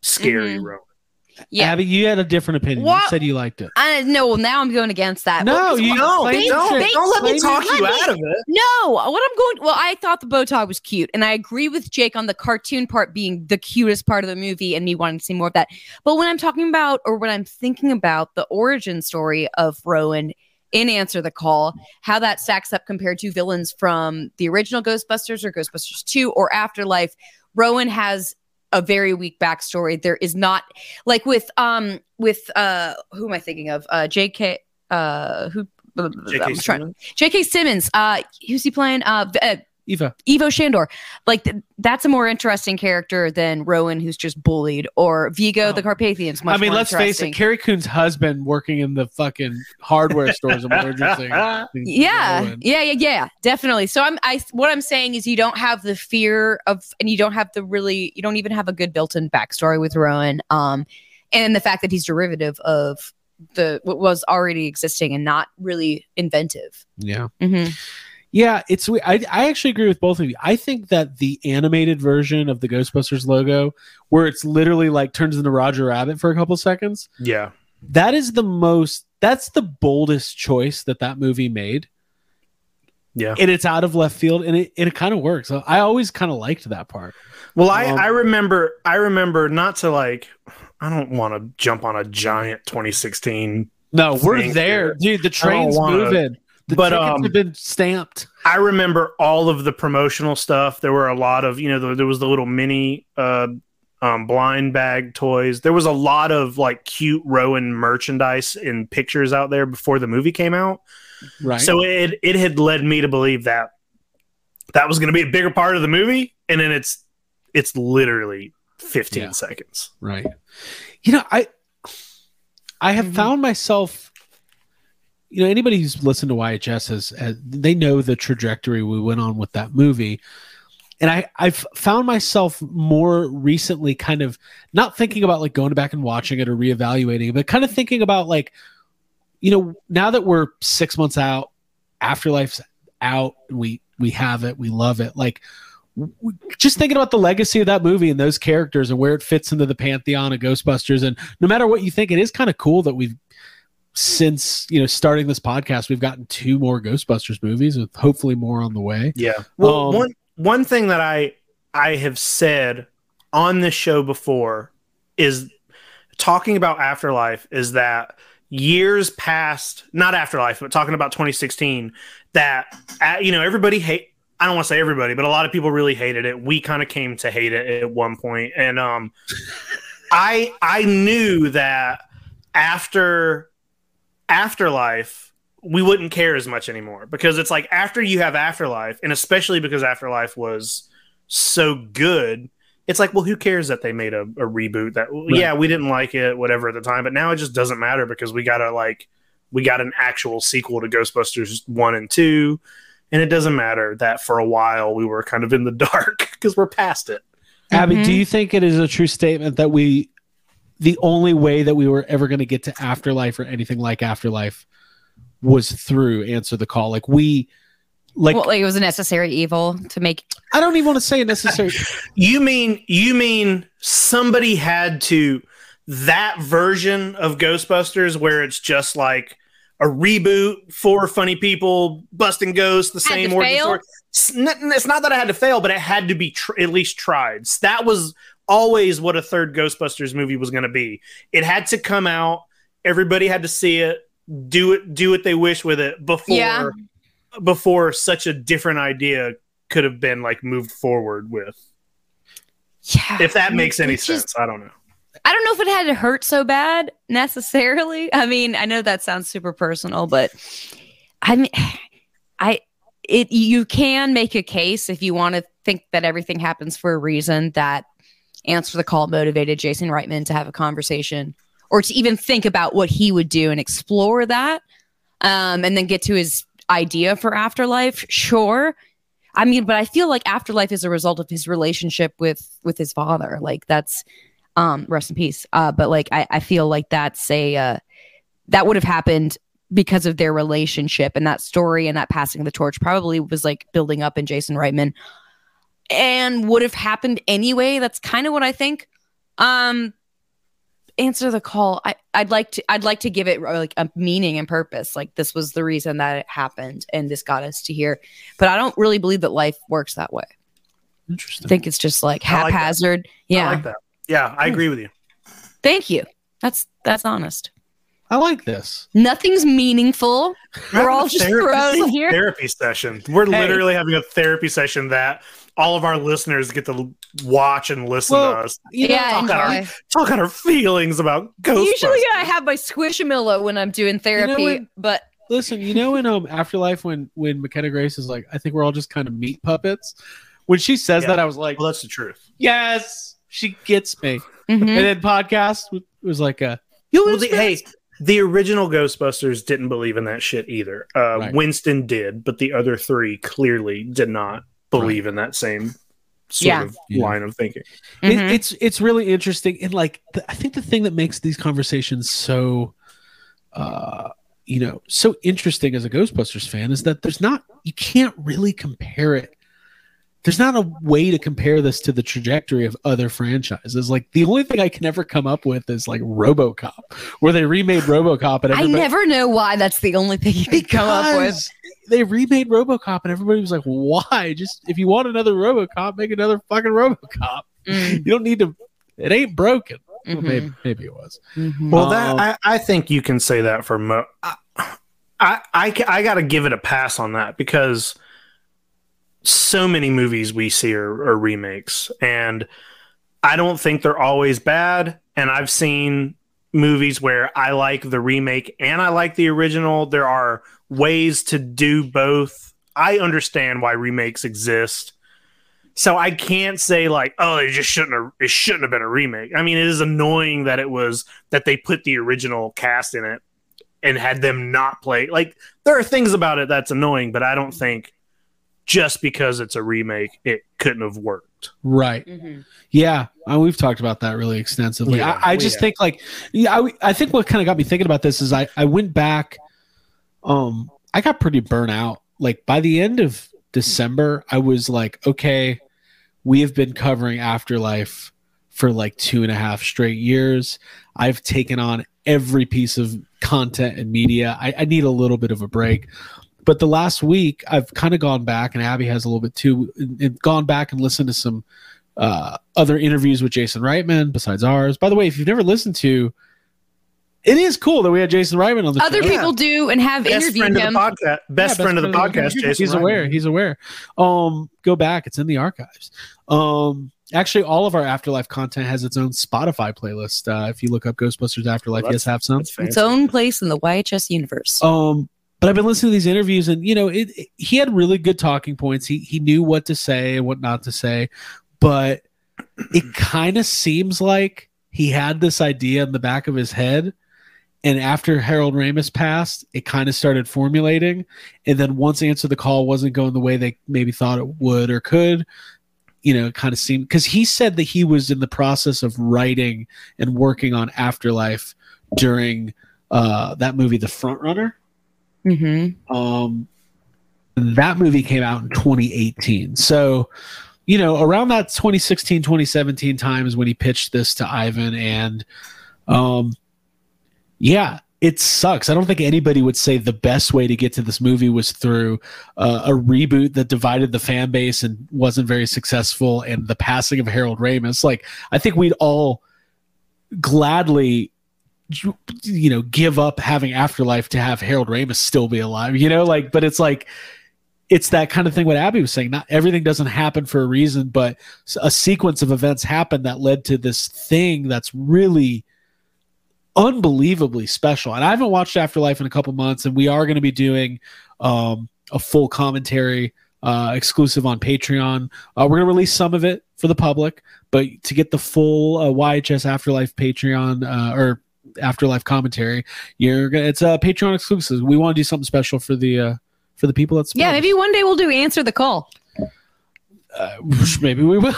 Speaker 10: scary
Speaker 9: Mhm.
Speaker 10: Rowan.
Speaker 9: yeah.
Speaker 1: Abby, you had a different opinion. You
Speaker 9: What?
Speaker 1: said you liked it.
Speaker 9: I no. Well, now I'm going against that.
Speaker 1: No,
Speaker 9: Well, 'cause
Speaker 1: you
Speaker 9: what-
Speaker 1: don't.
Speaker 9: They-
Speaker 1: Don't-
Speaker 9: they-
Speaker 1: don't let me
Speaker 9: they-
Speaker 1: talk
Speaker 9: let me-
Speaker 10: of it.
Speaker 9: No, what I'm going. Well, I thought the bow tie was cute, and I agree with Jake on the cartoon part being the cutest part of the movie, and me wanting to see more of that. But when I'm talking about, or when I'm thinking about the origin story of Rowan in Answer the Call, how that stacks up compared to villains from the original Ghostbusters or Ghostbusters Two or Afterlife, Rowan has a very weak backstory. There is not like with um with uh who am I thinking of? Uh, J.K. Uh, who? I'm trying- J.K. Simmons, uh, who's he playing? Uh, v- uh,
Speaker 1: Eva,
Speaker 9: Evo Shandor. Like th- that's a more interesting character than Rowan, who's just bullied, or Vigo the Carpathian's. Much
Speaker 1: Oh. I mean,
Speaker 9: more
Speaker 1: let's face it,
Speaker 9: interesting.
Speaker 1: Carrie Coon's husband working in the fucking hardware stores and we're just saying,
Speaker 9: Yeah,
Speaker 1: Rowan.
Speaker 9: yeah, yeah, yeah, definitely. So I'm, I, what I'm saying is, you don't have the fear of, and you don't have the really, you don't even have a good built-in backstory with Rowan, um, and the fact that he's derivative of the what was already existing and not really inventive.
Speaker 1: yeah.
Speaker 9: Mm-hmm.
Speaker 1: Yeah, it's we- I I actually agree with both of you. I think that the animated version of the Ghostbusters logo, where it's literally like turns into Roger Rabbit for a couple seconds,
Speaker 10: Yeah.
Speaker 1: that is the most that's the boldest choice that that movie made.
Speaker 10: Yeah.
Speaker 1: And it's out of left field and it, and it kind of works. I always kind of liked that part.
Speaker 10: Well, I,
Speaker 1: Um,
Speaker 10: I remember I remember not to like I don't want to jump on a giant 2016.
Speaker 1: No, we're
Speaker 10: Thank
Speaker 1: there. Dude, the train's
Speaker 10: wanna-
Speaker 1: moving. The
Speaker 10: but,
Speaker 1: tickets
Speaker 10: um,
Speaker 1: have been stamped.
Speaker 10: I remember all of the promotional stuff. There were a lot of you know there, there was the little mini uh, um, blind bag toys. There was a lot of like cute Rowan merchandise and pictures out there before the movie came out.
Speaker 1: Right.
Speaker 10: So it it had led me to believe that that was going to be a bigger part of the movie, and then it's it's literally 15
Speaker 1: Yeah.
Speaker 10: seconds.
Speaker 1: Right. You know, I I have found myself you know, anybody who's listened to YHS has, has they know the trajectory we went on with that movie. And I, I've found myself more recently kind of not thinking about like going back and watching it or reevaluating, it, but kind of thinking about like, you know, now that we're six months out, afterlife's out, we we have it, we love it. Like w- just thinking about the legacy of that movie and those characters and where it fits into the pantheon of Ghostbusters. And no matter what you think, it is kind of cool that we've since you know starting this podcast, we've gotten two more Ghostbusters movies with hopefully more on the way.
Speaker 10: Yeah. Well,
Speaker 1: Um,
Speaker 10: one one thing that I I have said on this show before is talking about afterlife is that years past not afterlife but talking about 2016 that uh, you know everybody hate I don't want to say everybody but a lot of people really hated it we kind of came to hate it at one point and um I I knew that after afterlife we wouldn't care as much anymore because it's like after you have afterlife and especially because afterlife was so good it's like well who cares that they made a, a reboot that well,
Speaker 1: Right.
Speaker 10: yeah we didn't like it whatever at the time but now it just doesn't matter because we got a like we got an actual sequel to ghostbusters 1 and 2 and it doesn't matter that for a while we were kind of in the dark because we're past it
Speaker 1: Abby,
Speaker 9: Mhm.
Speaker 1: do you think it is a true statement that we the only way that we were ever going to get to afterlife or anything like afterlife was through answer the call like we like
Speaker 9: well, like it was a necessary evil to make.
Speaker 1: i don't even want to say necessary
Speaker 10: You mean you mean somebody had to that version of Ghostbusters where it's just like a reboot, four funny people busting ghosts, the
Speaker 9: Had
Speaker 10: same
Speaker 9: to
Speaker 10: origin
Speaker 9: fail?
Speaker 10: story. It's not, it's not that I had to fail, but it had to be tr- at least tried. That was always what a third Ghostbusters movie was going to be. It had to come out. Everybody had to see it. Do it. Do what they wish with it before.
Speaker 9: Yeah.
Speaker 10: Before such a different idea could have been like moved forward with
Speaker 9: Yeah.
Speaker 10: if that makes any
Speaker 9: It's just-
Speaker 10: sense. I don't know.
Speaker 9: I don't know if it had to hurt so bad necessarily. I mean, I know that sounds super personal, but I mean, I it you can make a case if you want to think that everything happens for a reason that answer the call motivated Jason Reitman to have a conversation or to even think about what he would do and explore that um, and then get to his idea for afterlife. Sure. I mean, but I feel like afterlife is a result of his relationship with with his father. Like that's um rest in peace uh but like i i feel like that's a uh that would have happened because of their relationship and that story and that passing of the torch probably was like building up in jason reitman and would have happened anyway that's kind of what i think um answer the call i i'd like to i'd like to give it uh, like a meaning and purpose like this was the reason that it happened and this got us to here but i don't really believe that life works that way i
Speaker 1: interesting
Speaker 9: think it's just like
Speaker 10: I like that.
Speaker 9: haphazard yeah
Speaker 10: I like that. Yeah, I agree with you.
Speaker 9: Thank you. That's that's honest.
Speaker 1: i like this
Speaker 9: Nothing's meaningful. We're all
Speaker 10: Having a
Speaker 9: just
Speaker 10: therapy-
Speaker 9: thrown in here.
Speaker 10: Therapy session. We're
Speaker 1: Hey.
Speaker 10: literally having a therapy session that all of our listeners get to l- watch and listen to
Speaker 1: Well,
Speaker 10: us
Speaker 1: you know,
Speaker 9: yeah,
Speaker 10: talk about our-
Speaker 9: enjoy.
Speaker 10: talk about our feelings about Ghostbusters.
Speaker 9: Usually I have my squishamillo when I'm doing therapy,
Speaker 1: what?
Speaker 9: but
Speaker 1: listen you know in um afterlife when when mckenna grace is like i think we're all just kind of meat puppets when she says
Speaker 10: Yeah.
Speaker 1: that i was like
Speaker 10: well, that's the truth.
Speaker 1: yes she gets me
Speaker 9: Mhm.
Speaker 1: and then podcast w- was like a you
Speaker 10: Well, the, hey, the original Ghostbusters didn't believe in that shit either. Uh,
Speaker 1: Right.
Speaker 10: Winston did, but the other three clearly did not believe in that same sort
Speaker 9: Yeah.
Speaker 10: of
Speaker 1: Yeah.
Speaker 10: line of thinking.
Speaker 1: It,
Speaker 9: Mhm.
Speaker 1: it's it's really interesting and like th- i think the thing that makes these conversations so uh you know so interesting as a Ghostbusters fan is that there's not you can't really compare it. There's not a way to compare this to the trajectory of other franchises. Like the only thing I can ever come up with is like RoboCop, where they remade RoboCop and
Speaker 9: I
Speaker 1: everybody,
Speaker 9: never know why that's the only thing you could come up with.
Speaker 1: because They remade RoboCop and everybody was like, "Why? Just if you want another RoboCop, make another fucking RoboCop.
Speaker 9: Mm,
Speaker 1: You don't need to. It ain't broken. Well,
Speaker 9: mhm,
Speaker 1: maybe, maybe it was.
Speaker 9: mhm.
Speaker 10: Well,
Speaker 1: Um,
Speaker 10: that I, I think you can say that for mo. I, I, I, ca- I got to give it a pass on that because so many movies we see are, are remakes, and I don't think they're always bad. And I've seen movies where I like the remake and I like the original. There are ways to do both. I understand why remakes exist. So I can't say like, oh, it just shouldn't have it shouldn't have been a remake. I mean, it is annoying that it was that they put the original cast in it and had them not play. Like there are things about it that's annoying, but I don't think just because it's a remake it couldn't have worked.
Speaker 1: Right. Yeah. Uh, we've talked about that really extensively.
Speaker 10: Yeah,
Speaker 1: I, I
Speaker 10: we
Speaker 1: just
Speaker 10: have.
Speaker 1: think like, yeah, I, I think what kind of got me thinking about this is I, I went back, um, I got pretty burnt out. Like by the end of December, I was like, okay, we have been covering afterlife for like two and a half straight years. I've taken on every piece of content and media. I, I need a little bit of a break. But the last week, I've kind of gone back, and Abby has a little bit too, and- and gone back and listened to some uh, other interviews with Jason Reitman besides ours. By the way, if you've never listened to, it is cool that we had Jason Reitman on the
Speaker 9: Other
Speaker 1: show.
Speaker 9: people do and have
Speaker 10: Best friend
Speaker 9: interviewed
Speaker 10: of
Speaker 9: him.
Speaker 10: the podcast. Best,
Speaker 1: Yeah,
Speaker 10: friend, of the podcast. Jason.
Speaker 1: He's aware. He's aware. Um, go back. It's in the archives. Um, actually, all of our afterlife content has its own Spotify playlist. Uh, if you look up Ghostbusters Afterlife,
Speaker 10: Well,
Speaker 1: yes, have some.
Speaker 9: Its own place in the YHS universe.
Speaker 1: Um, but I've been listening to these interviews, and you know, it, it- he had really good talking points. He he knew what to say and what not to say, but it kind of seems like he had this idea in the back of his head, and after Harold Ramis passed, it kind of started formulating, and then once Answer the Call wasn't going the way they maybe thought it would or could. You know, it kind of seemed because he said that he was in the process of writing and working on Afterlife during uh, that movie, The Front Runner.
Speaker 9: hmm
Speaker 1: Um, that movie came out in 2018. So, you know, around that 2016, 2017 time is when he pitched this to Ivan. And um, yeah, it sucks. I don't think anybody would say the best way to get to this movie was through uh, a reboot that divided the fan base and wasn't very successful and the passing of Harold Ramis. Like, I think we'd all gladly you know give up having afterlife to have harold ramis still be alive you know like but it's like it's that kind of thing what abby was saying not everything doesn't happen for a reason but s- a sequence of events happened that led to this thing that's really unbelievably special and i haven't watched afterlife in a couple months and we are going to be doing um, a full commentary uh, exclusive on patreon uh, we're going to release some of it for the public but to get the full uh, yhs afterlife patreon uh, or afterlife commentary you're gonna it's a patreon exclusive we want to do something special for the uh for the people that support
Speaker 9: Yeah,
Speaker 1: us.
Speaker 9: maybe one day we'll do answer the call
Speaker 1: uh, maybe we will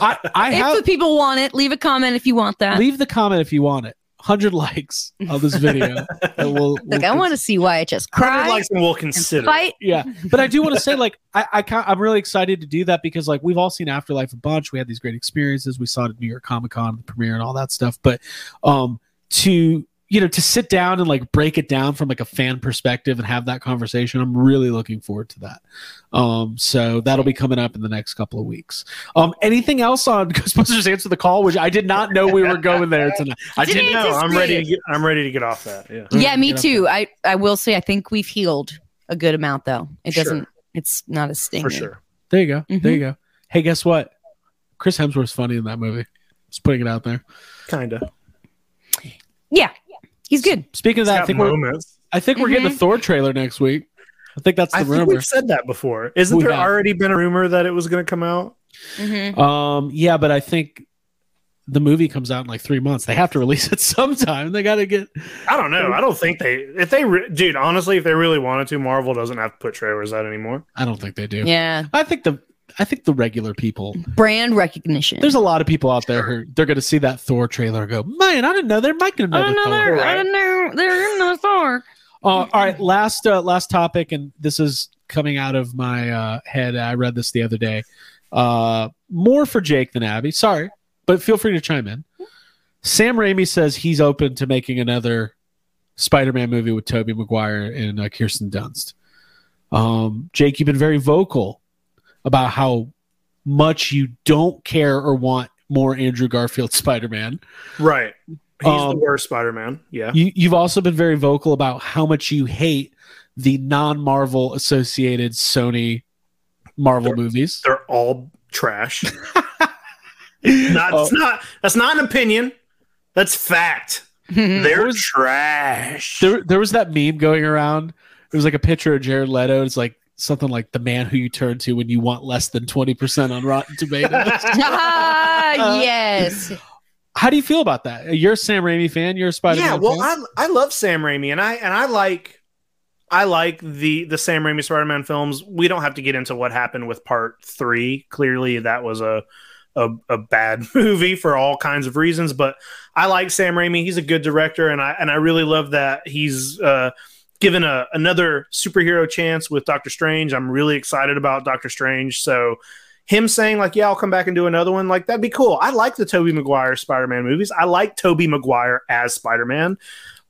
Speaker 1: i i
Speaker 9: if
Speaker 1: have
Speaker 9: the people want it. Leave a comment if you want that.
Speaker 1: leave the comment if you want it 100 likes on this video and we'll,
Speaker 9: like, I want to see YHS
Speaker 10: Hundred
Speaker 9: cry,
Speaker 10: likes and we'll consider. it.
Speaker 9: fight.
Speaker 1: yeah but i do want to say like i, I ca- i'm really excited to do that because like we've all seen afterlife a bunch we had these great experiences we saw it at new york comic-con the premiere and all that stuff but um to you know to sit down and like break it down from like a fan perspective and have that conversation i'm really looking forward to that um so that'll be coming up in the next couple of weeks um anything else on ghostbusters answer the call which i did not know we were going there tonight i
Speaker 9: Didn't
Speaker 1: didn't
Speaker 10: No, I'm
Speaker 9: anticipate
Speaker 10: ready.
Speaker 9: it.
Speaker 10: To get, I'm ready to get off that. Yeah.
Speaker 9: Yeah, me
Speaker 1: Get up
Speaker 9: too. I I will say I think we've healed a good amount though. It
Speaker 10: Sure.
Speaker 9: doesn't. It's not a sting
Speaker 10: For sure.
Speaker 1: There you go.
Speaker 9: Mhm.
Speaker 1: There you go. Hey, guess what? Chris Hemsworth's funny in that movie. Just putting it out there.
Speaker 10: Kind of.
Speaker 9: Yeah, he's good.
Speaker 1: Speaking of that, I think we're
Speaker 10: moments.
Speaker 1: I think we're
Speaker 9: Mm-hmm.
Speaker 1: getting a Thor trailer next week. I think that's the
Speaker 10: I think
Speaker 1: rumor.
Speaker 10: we've said that before. Isn't
Speaker 1: We
Speaker 10: there
Speaker 1: have.
Speaker 10: already been a rumor that it was going to come out?
Speaker 9: Mm-hmm.
Speaker 1: Um, yeah, but I think the movie comes out in like three months. They have to release it sometime. They got to get.
Speaker 10: I don't know. I don't think they. If they, re- dude, honestly, if they really wanted to, Marvel doesn't have to put trailers out anymore.
Speaker 1: I don't think they do.
Speaker 9: Yeah,
Speaker 1: I think the I think the regular people.
Speaker 9: brand recognition.
Speaker 1: There's a lot of people out there who they're going to see that Thor trailer and go, man, I didn't know there might be
Speaker 9: I
Speaker 1: another
Speaker 9: don't know.
Speaker 1: Thor.
Speaker 9: They're, I
Speaker 10: right?
Speaker 9: don't know. They're in the Thor.
Speaker 1: Uh, all right, last uh, last topic, and this is coming out of my uh, head. I read this the other day. Uh, more for Jake than Abby. Sorry, but feel free to chime in. Sam Raimi says he's open to making another Spider-Man movie with Tobey Maguire and uh, Kirsten Dunst. Um, Jake, you've been very vocal about how much you don't care or want more Andrew Garfield Spider-Man.
Speaker 10: Right. He's the
Speaker 1: Um,
Speaker 10: worst Spider Man. Yeah.
Speaker 1: You, you've also been very vocal about how much you hate the non-Marvel associated Sony Marvel movies.
Speaker 10: They're all trash. not,
Speaker 1: Oh.
Speaker 10: it's not, that's not an opinion. That's fact.
Speaker 1: Mm,
Speaker 10: They're trash.
Speaker 1: There, there was that meme going around. It was like a picture of Jared Leto. It's like something like the man who you turn to when you want less than twenty percent on Rotten Tomatoes.
Speaker 10: Uh,
Speaker 9: Ah, yes.
Speaker 1: how do you feel about that? You're a Sam Raimi fan. You're a Spider-Man.
Speaker 10: yeah, well,
Speaker 1: fan?
Speaker 10: I I love Sam Raimi, and I and I like I like the the Sam Raimi Spider Man films. We don't have to get into what happened with Part Three. Clearly, that was a a, a bad movie for all kinds of reasons. But I like Sam Raimi. He's a good director, and I and I really love that he's uh, given a another superhero chance with Doctor Strange. I'm really excited about Doctor Strange. So him saying like, "Yeah, I'll come back and do another one," like that'd be cool. I like the Toby Maguire Spider-Man movies. I like Toby Maguire as Spider-Man.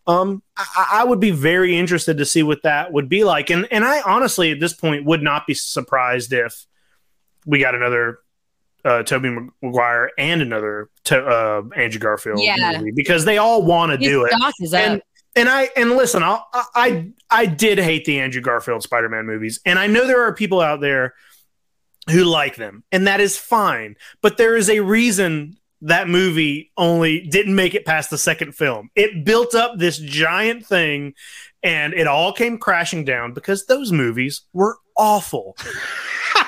Speaker 10: Um, I- I, I would be very interested to see what that would be like, and and I honestly at this point would not be surprised if we got another uh, Toby Maguire and another to, uh, Andrew Garfield
Speaker 9: Yeah.
Speaker 10: movie because they all want to
Speaker 9: His
Speaker 10: do it
Speaker 9: stock is
Speaker 10: and
Speaker 9: up.
Speaker 10: and I and listen, I'll, I I I did hate the Andrew Garfield Spider-Man movies, and I know there are people out there who like them, and that is fine. But there is a reason that movie only didn't make it past the second film. It built up this giant thing, and it all came crashing down because those movies were awful.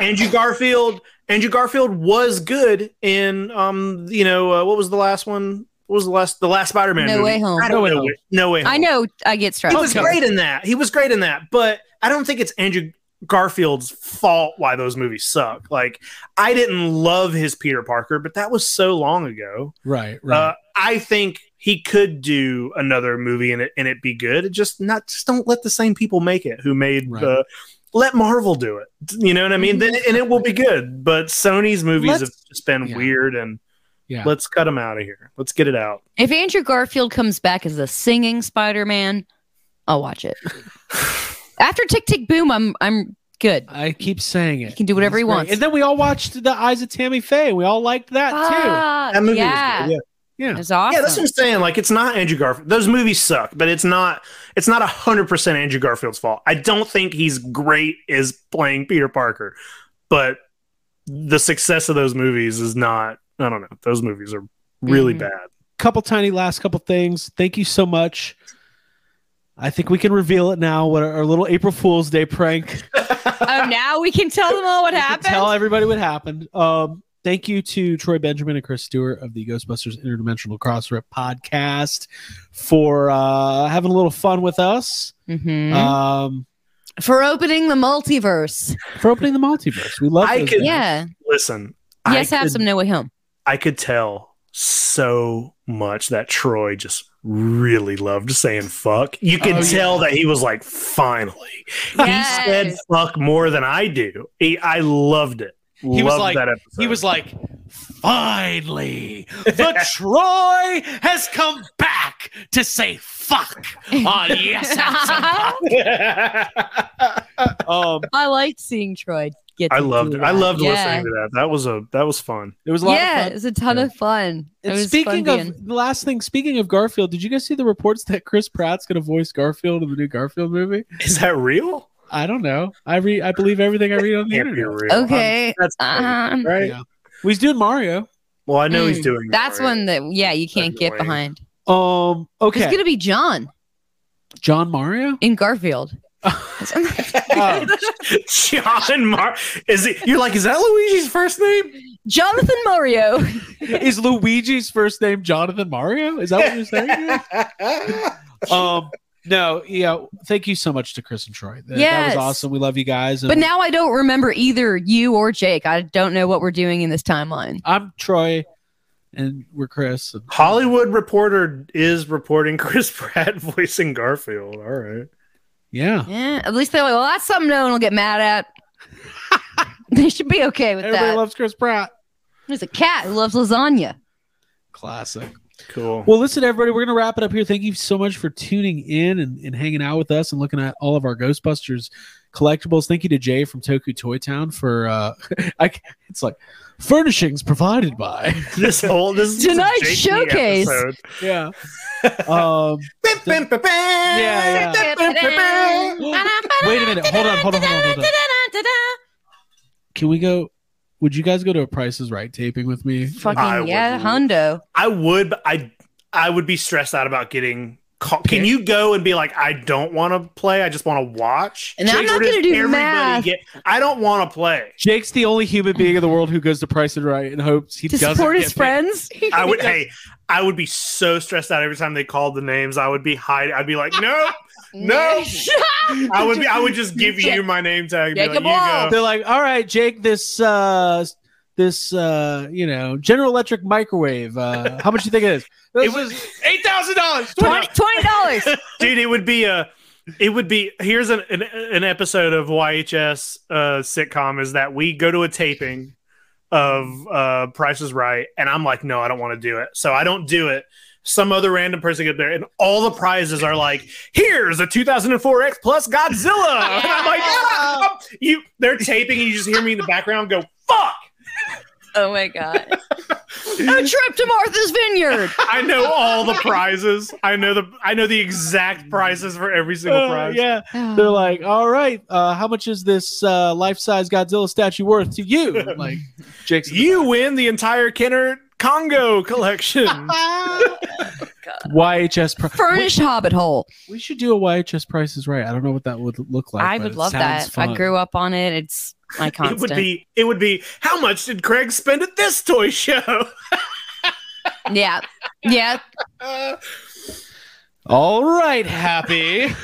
Speaker 10: Andrew Garfield. Andrew Garfield was good in, um, you know, uh, what was the last one? What was the last the last Spider-Man?
Speaker 9: No
Speaker 10: movie?
Speaker 9: Way Home.
Speaker 10: I don't
Speaker 1: No Way
Speaker 10: know.
Speaker 1: Home.
Speaker 10: which- No way. Home.
Speaker 9: I know I get stressed.
Speaker 10: He was
Speaker 1: Okay.
Speaker 10: great in that. He was great in that. But I don't think it's Andrew Garfield's fault why those movies suck. Like I didn't love his Peter Parker, but that was so long ago.
Speaker 1: right, right.
Speaker 10: Uh, I think he could do another movie and it and it be good. It just not just don't let the same people make it who made
Speaker 1: Right.
Speaker 10: the let Marvel do it. You know what I
Speaker 9: Mhm.
Speaker 10: mean? Then and it will be good. But Sony's movies
Speaker 1: Let's-
Speaker 10: have just been
Speaker 1: Yeah.
Speaker 10: weird and
Speaker 1: yeah.
Speaker 10: let's cut them out of here. Let's get it out.
Speaker 9: If Andrew Garfield comes back as a singing Spider-Man, I'll watch it. After Tick Tick Boom, I'm I'm good.
Speaker 1: I keep saying it.
Speaker 9: He can do whatever
Speaker 1: He's
Speaker 9: he
Speaker 1: great.
Speaker 9: wants.
Speaker 1: And then we all watched The Eyes of Tammy Faye. We all liked that too.
Speaker 9: Ah,
Speaker 10: That movie was
Speaker 9: yeah,
Speaker 10: good. Yeah.
Speaker 1: Yeah.
Speaker 9: it's awesome.
Speaker 10: Yeah, that's what I'm saying. Like, it's not Andrew Garfield. Those movies suck, but it's not. It's not hundred percent Andrew Garfield's fault. I don't think he's great as playing Peter Parker, but the success of those movies is not. I don't know. Those movies are really
Speaker 9: Mhm.
Speaker 10: bad.
Speaker 1: Couple tiny last couple things. Thank you so much. I think we can reveal it now. What our our little April Fool's Day prank.
Speaker 9: oh, now we can tell them all what happened.
Speaker 1: Tell everybody what happened. Um, thank you to Troy Benjamin and Chris Stewart of the Ghostbusters Interdimensional Crossrip podcast for uh, having a little fun with us.
Speaker 9: Mhm.
Speaker 1: Um,
Speaker 9: For opening the multiverse.
Speaker 1: for opening the multiverse. We love
Speaker 10: I
Speaker 1: those
Speaker 10: could-
Speaker 1: guys.
Speaker 9: Yeah.
Speaker 10: Listen,
Speaker 9: Yes,
Speaker 10: I
Speaker 9: have
Speaker 10: could,
Speaker 9: some No Way Home.
Speaker 10: I could tell so much that Troy just really loved saying fuck. You could
Speaker 1: Oh, yeah.
Speaker 10: tell that he was like, finally. He said
Speaker 9: Yes.
Speaker 10: fuck more than I do. He, I loved it.
Speaker 1: He was
Speaker 10: Loved
Speaker 1: like-
Speaker 10: that episode.
Speaker 1: He was like, finally, the Troy has come back to say fuck on Yes Have Some Pop." Um,
Speaker 9: I liked seeing Troy get.
Speaker 10: I
Speaker 9: to
Speaker 10: loved
Speaker 9: do
Speaker 10: it. I
Speaker 9: that.
Speaker 10: loved
Speaker 9: yeah.
Speaker 10: listening to that. That was a that was fun.
Speaker 1: It was a lot
Speaker 9: Yeah,
Speaker 1: of
Speaker 9: it
Speaker 1: fun.
Speaker 9: was a ton
Speaker 1: Yeah.
Speaker 9: of fun. It
Speaker 1: And
Speaker 9: was
Speaker 1: speaking
Speaker 9: fun
Speaker 1: of
Speaker 9: being-
Speaker 1: the last thing, speaking of Garfield, did you guys see the reports that Chris Pratt's going to voice Garfield in the new Garfield movie?
Speaker 10: Is that real?
Speaker 1: I don't know. I read. I believe everything I read on the
Speaker 10: Can't be
Speaker 1: internet.
Speaker 10: real.
Speaker 9: okay,
Speaker 10: I'm- that's
Speaker 9: um,
Speaker 10: crazy, right.
Speaker 1: Yeah. Well, he's doing Mario.
Speaker 10: Well, I know he's
Speaker 9: Mm,
Speaker 10: doing.
Speaker 9: that's
Speaker 10: Mario.
Speaker 9: one that yeah you can't get
Speaker 10: Definitely.
Speaker 9: behind.
Speaker 1: Um. Okay.
Speaker 9: It's gonna be John
Speaker 1: John Mario.
Speaker 9: in Garfield.
Speaker 1: Oh,
Speaker 10: John Mar. Is it? You're like, is that Luigi's first name?
Speaker 9: Jonathan Mario.
Speaker 1: is Luigi's first name Jonathan Mario? Is that what you're saying? dude? um no yeah thank you so much to chris and troy that, that
Speaker 9: Yes.
Speaker 1: was awesome we love you guys and
Speaker 9: But now I don't remember either you or Jake. I don't know what we're doing in this timeline.
Speaker 1: i'm troy and we're chris and
Speaker 10: Hollywood Reporter is reporting Chris Pratt voicing Garfield. All right.
Speaker 1: Yeah.
Speaker 9: Yeah, at least they're like, well, that's something no one will get mad at. they should be okay with
Speaker 1: Everybody
Speaker 9: that.
Speaker 1: loves Chris Pratt.
Speaker 9: There's a cat who loves lasagna.
Speaker 1: Classic.
Speaker 10: Cool.
Speaker 1: Well, listen, everybody, we're going to wrap it up here. Thank you so much for tuning in and, and hanging out with us and looking at all of our Ghostbusters collectibles. Thank you to Jay from Toku Toy Town for, uh, I, c- it's like furnishings provided by.
Speaker 10: this whole this
Speaker 9: Tonight's
Speaker 10: is a JP
Speaker 9: showcase.
Speaker 10: episode.
Speaker 1: Yeah. um, yeah, yeah. Wait a minute. Hold on, hold on, hold on, hold on. Can we go? Would you guys go to a Price is Right taping with me?
Speaker 9: Fucking
Speaker 10: I would
Speaker 9: yeah,
Speaker 10: love-
Speaker 9: hundo.
Speaker 10: I would, but I I would be stressed out about getting. Call- Can
Speaker 1: Pick.
Speaker 10: you go and be like, I don't want to play. I just want to watch.
Speaker 9: And I'm
Speaker 10: Or
Speaker 9: not
Speaker 10: does
Speaker 9: gonna do
Speaker 10: everybody
Speaker 9: math.
Speaker 10: Get, I don't want to play.
Speaker 1: Jake's the only human being in the world who goes to Price is Right and hopes he
Speaker 9: To
Speaker 1: doesn't
Speaker 9: support
Speaker 1: get
Speaker 9: his
Speaker 1: picked.
Speaker 9: friends.
Speaker 10: I would. hey, I would be so stressed out every time they called the names. I would be hiding. I'd be like, no. No. I would be. I would just give you my name tag. and be
Speaker 9: Jacob
Speaker 10: like, you go.
Speaker 1: They're like, all right, Jake, this uh this uh you know General Electric microwave. Uh how much do you think it is?
Speaker 10: It was eight thousand dollars.
Speaker 9: Twenty twenty dollars.
Speaker 10: dude it would be a it would be here's an an, an episode of yhs uh sitcom is that we go to a taping of uh price is right and i'm like no i don't want to do it so i don't do it some other random person get there and all the prizes are like here's a 2004 x plus godzilla and i'm like "Ah!" you they're taping and you just hear me in the background go fuck
Speaker 9: oh my god. a trip to Martha's Vineyard.
Speaker 10: i know all the prizes i know the i know the exact prizes for every single
Speaker 1: Uh,
Speaker 10: prize
Speaker 1: yeah.
Speaker 9: Oh.
Speaker 1: They're
Speaker 9: Um,
Speaker 1: like, all right, uh how much is this uh life-size Godzilla statue worth to you? I'm like Jake's in the
Speaker 10: You win the entire Kenner Congo collection.
Speaker 1: Oh YHS pri-
Speaker 9: Furnished Hobbit Hole.
Speaker 1: we should do a YHS price is right. I don't know what that would look like.
Speaker 9: I
Speaker 1: but
Speaker 9: would
Speaker 1: it
Speaker 9: love
Speaker 1: sounds
Speaker 9: that. I
Speaker 1: fun.
Speaker 9: grew up on it. It's my
Speaker 10: it
Speaker 9: constant.
Speaker 10: would be. It would be. How much did Craig spend at this toy show?
Speaker 9: Yeah. Yeah.
Speaker 1: All right, happy.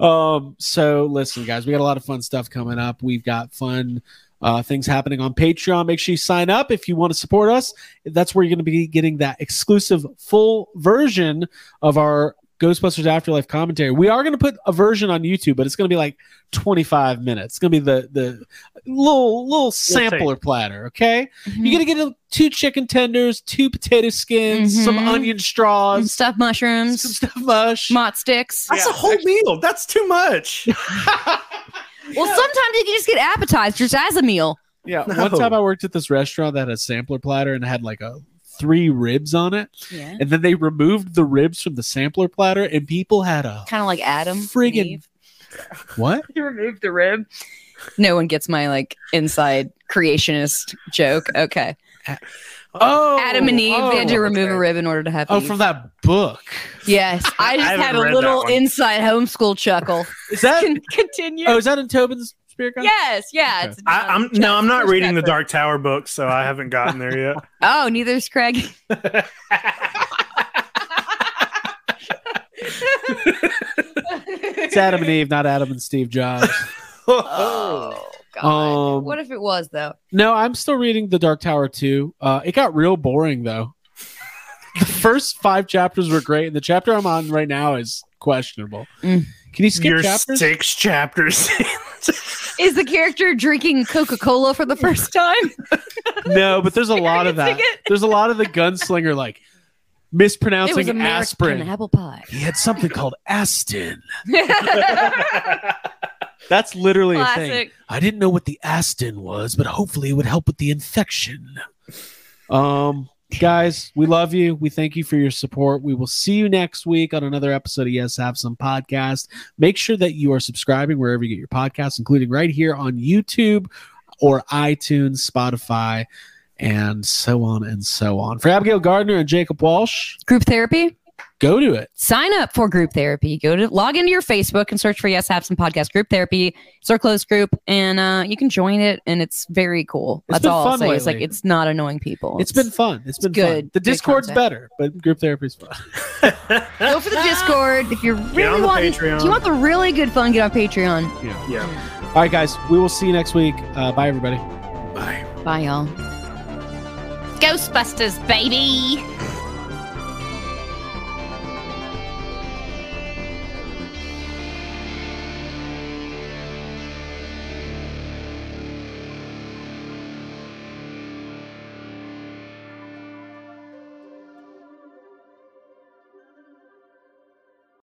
Speaker 1: um, so listen, guys, we got a lot of fun stuff coming up. We've got fun uh, things happening on Patreon. Make sure you sign up if you want to support us. That's where you're going to be getting that exclusive full version of our Ghostbusters Afterlife commentary. We are going to put a version on YouTube, but it's going to be like 25 minutes. It's going to be the the little little sampler platter. Okay, you're
Speaker 9: Mm-hmm.
Speaker 1: going to get a, two chicken tenders, two potato skins, some
Speaker 9: Mhm.
Speaker 1: onion
Speaker 9: Mhm.
Speaker 1: straws,
Speaker 9: Stuffed
Speaker 1: some
Speaker 9: mushrooms,
Speaker 1: stuff mush.
Speaker 9: mott sticks.
Speaker 10: That's a whole meal. That's too much.
Speaker 9: Well, sometimes you can just get appetizers as a meal.
Speaker 1: Yeah,
Speaker 10: No.
Speaker 1: one time I worked at this restaurant that had a sampler platter and had like a three ribs on it,
Speaker 9: Yeah.
Speaker 1: and then they removed the ribs from the sampler platter, and people had a
Speaker 9: Kind of like Adam. and
Speaker 1: Friggin'
Speaker 9: Eve.
Speaker 1: what?
Speaker 9: You removed the rib. No one gets my like inside creationist joke. Okay.
Speaker 1: Oh,
Speaker 9: Adam and Eve, they had to
Speaker 1: oh.
Speaker 9: remove a rib in order to have
Speaker 1: Oh,
Speaker 9: Eve.
Speaker 1: from that book.
Speaker 9: Yes. I just
Speaker 10: haven't
Speaker 9: had a
Speaker 10: read that
Speaker 9: little
Speaker 10: one.
Speaker 9: inside homeschool chuckle.
Speaker 1: Is that?
Speaker 9: Can continue.
Speaker 1: oh, is that in Tobin's spirit? guide?
Speaker 9: yes, yeah.
Speaker 1: Okay.
Speaker 9: It's
Speaker 10: I, I'm no. I'm not
Speaker 9: First
Speaker 10: reading the
Speaker 9: chapter.
Speaker 10: Dark Tower books, so I haven't gotten there yet.
Speaker 9: Oh, neither is Craig.
Speaker 1: It's Adam and Eve, not Adam and Steve Jobs.
Speaker 9: Oh God.
Speaker 1: Um,
Speaker 9: what if it was though?
Speaker 1: No, I'm still reading The Dark Tower 2. Uh, it got real boring though. the first five chapters were great, and the chapter I'm on right now is questionable.
Speaker 9: Mm.
Speaker 1: Can you skip
Speaker 10: You're
Speaker 1: chapters?
Speaker 10: six chapters.
Speaker 9: Is the character drinking Coca Cola for the first time?
Speaker 1: No, but there's a lot of that.
Speaker 9: Experiencing
Speaker 1: There's a lot of the gunslinger like
Speaker 9: it was
Speaker 1: mispronouncing
Speaker 9: American
Speaker 1: aspirin.
Speaker 9: apple pie.
Speaker 1: He had something called Aston. That's literally a thing.
Speaker 9: Classic.
Speaker 1: I didn't know what the Aston was, but hopefully it would help with the infection. Um, guys, we love you. We thank you for your support. We will see you next week on another episode of Yes Have Some Podcast. Make sure that you are subscribing wherever you get your podcasts, including right here on YouTube or iTunes, Spotify, and so on and so on. For Abigail Gardner and Jacob Walsh,
Speaker 9: Group therapy.
Speaker 1: go to it.
Speaker 9: Sign up for group therapy. Go to log into your Facebook and search for Yes Have Some Podcast Group Therapy. It's our closed group, and uh, you can join it. And it's very cool.
Speaker 1: It's
Speaker 9: That's
Speaker 1: been
Speaker 9: all I'll
Speaker 1: fun
Speaker 9: say. It's like
Speaker 1: lately.
Speaker 9: it's not annoying people.
Speaker 1: It's been fun. It's been
Speaker 9: good-
Speaker 1: Fun. The
Speaker 9: good
Speaker 1: Discord's
Speaker 9: content.
Speaker 1: better, but group therapy's fun.
Speaker 9: go for the Discord if you
Speaker 10: on
Speaker 9: really
Speaker 10: the
Speaker 9: want.
Speaker 10: Patreon.
Speaker 9: If you want the really good fun, get on Patreon.
Speaker 10: yeah.
Speaker 1: All right, guys, we will see you next week. Uh, bye, everybody.
Speaker 9: Bye, y'all.
Speaker 2: Ghostbusters, baby!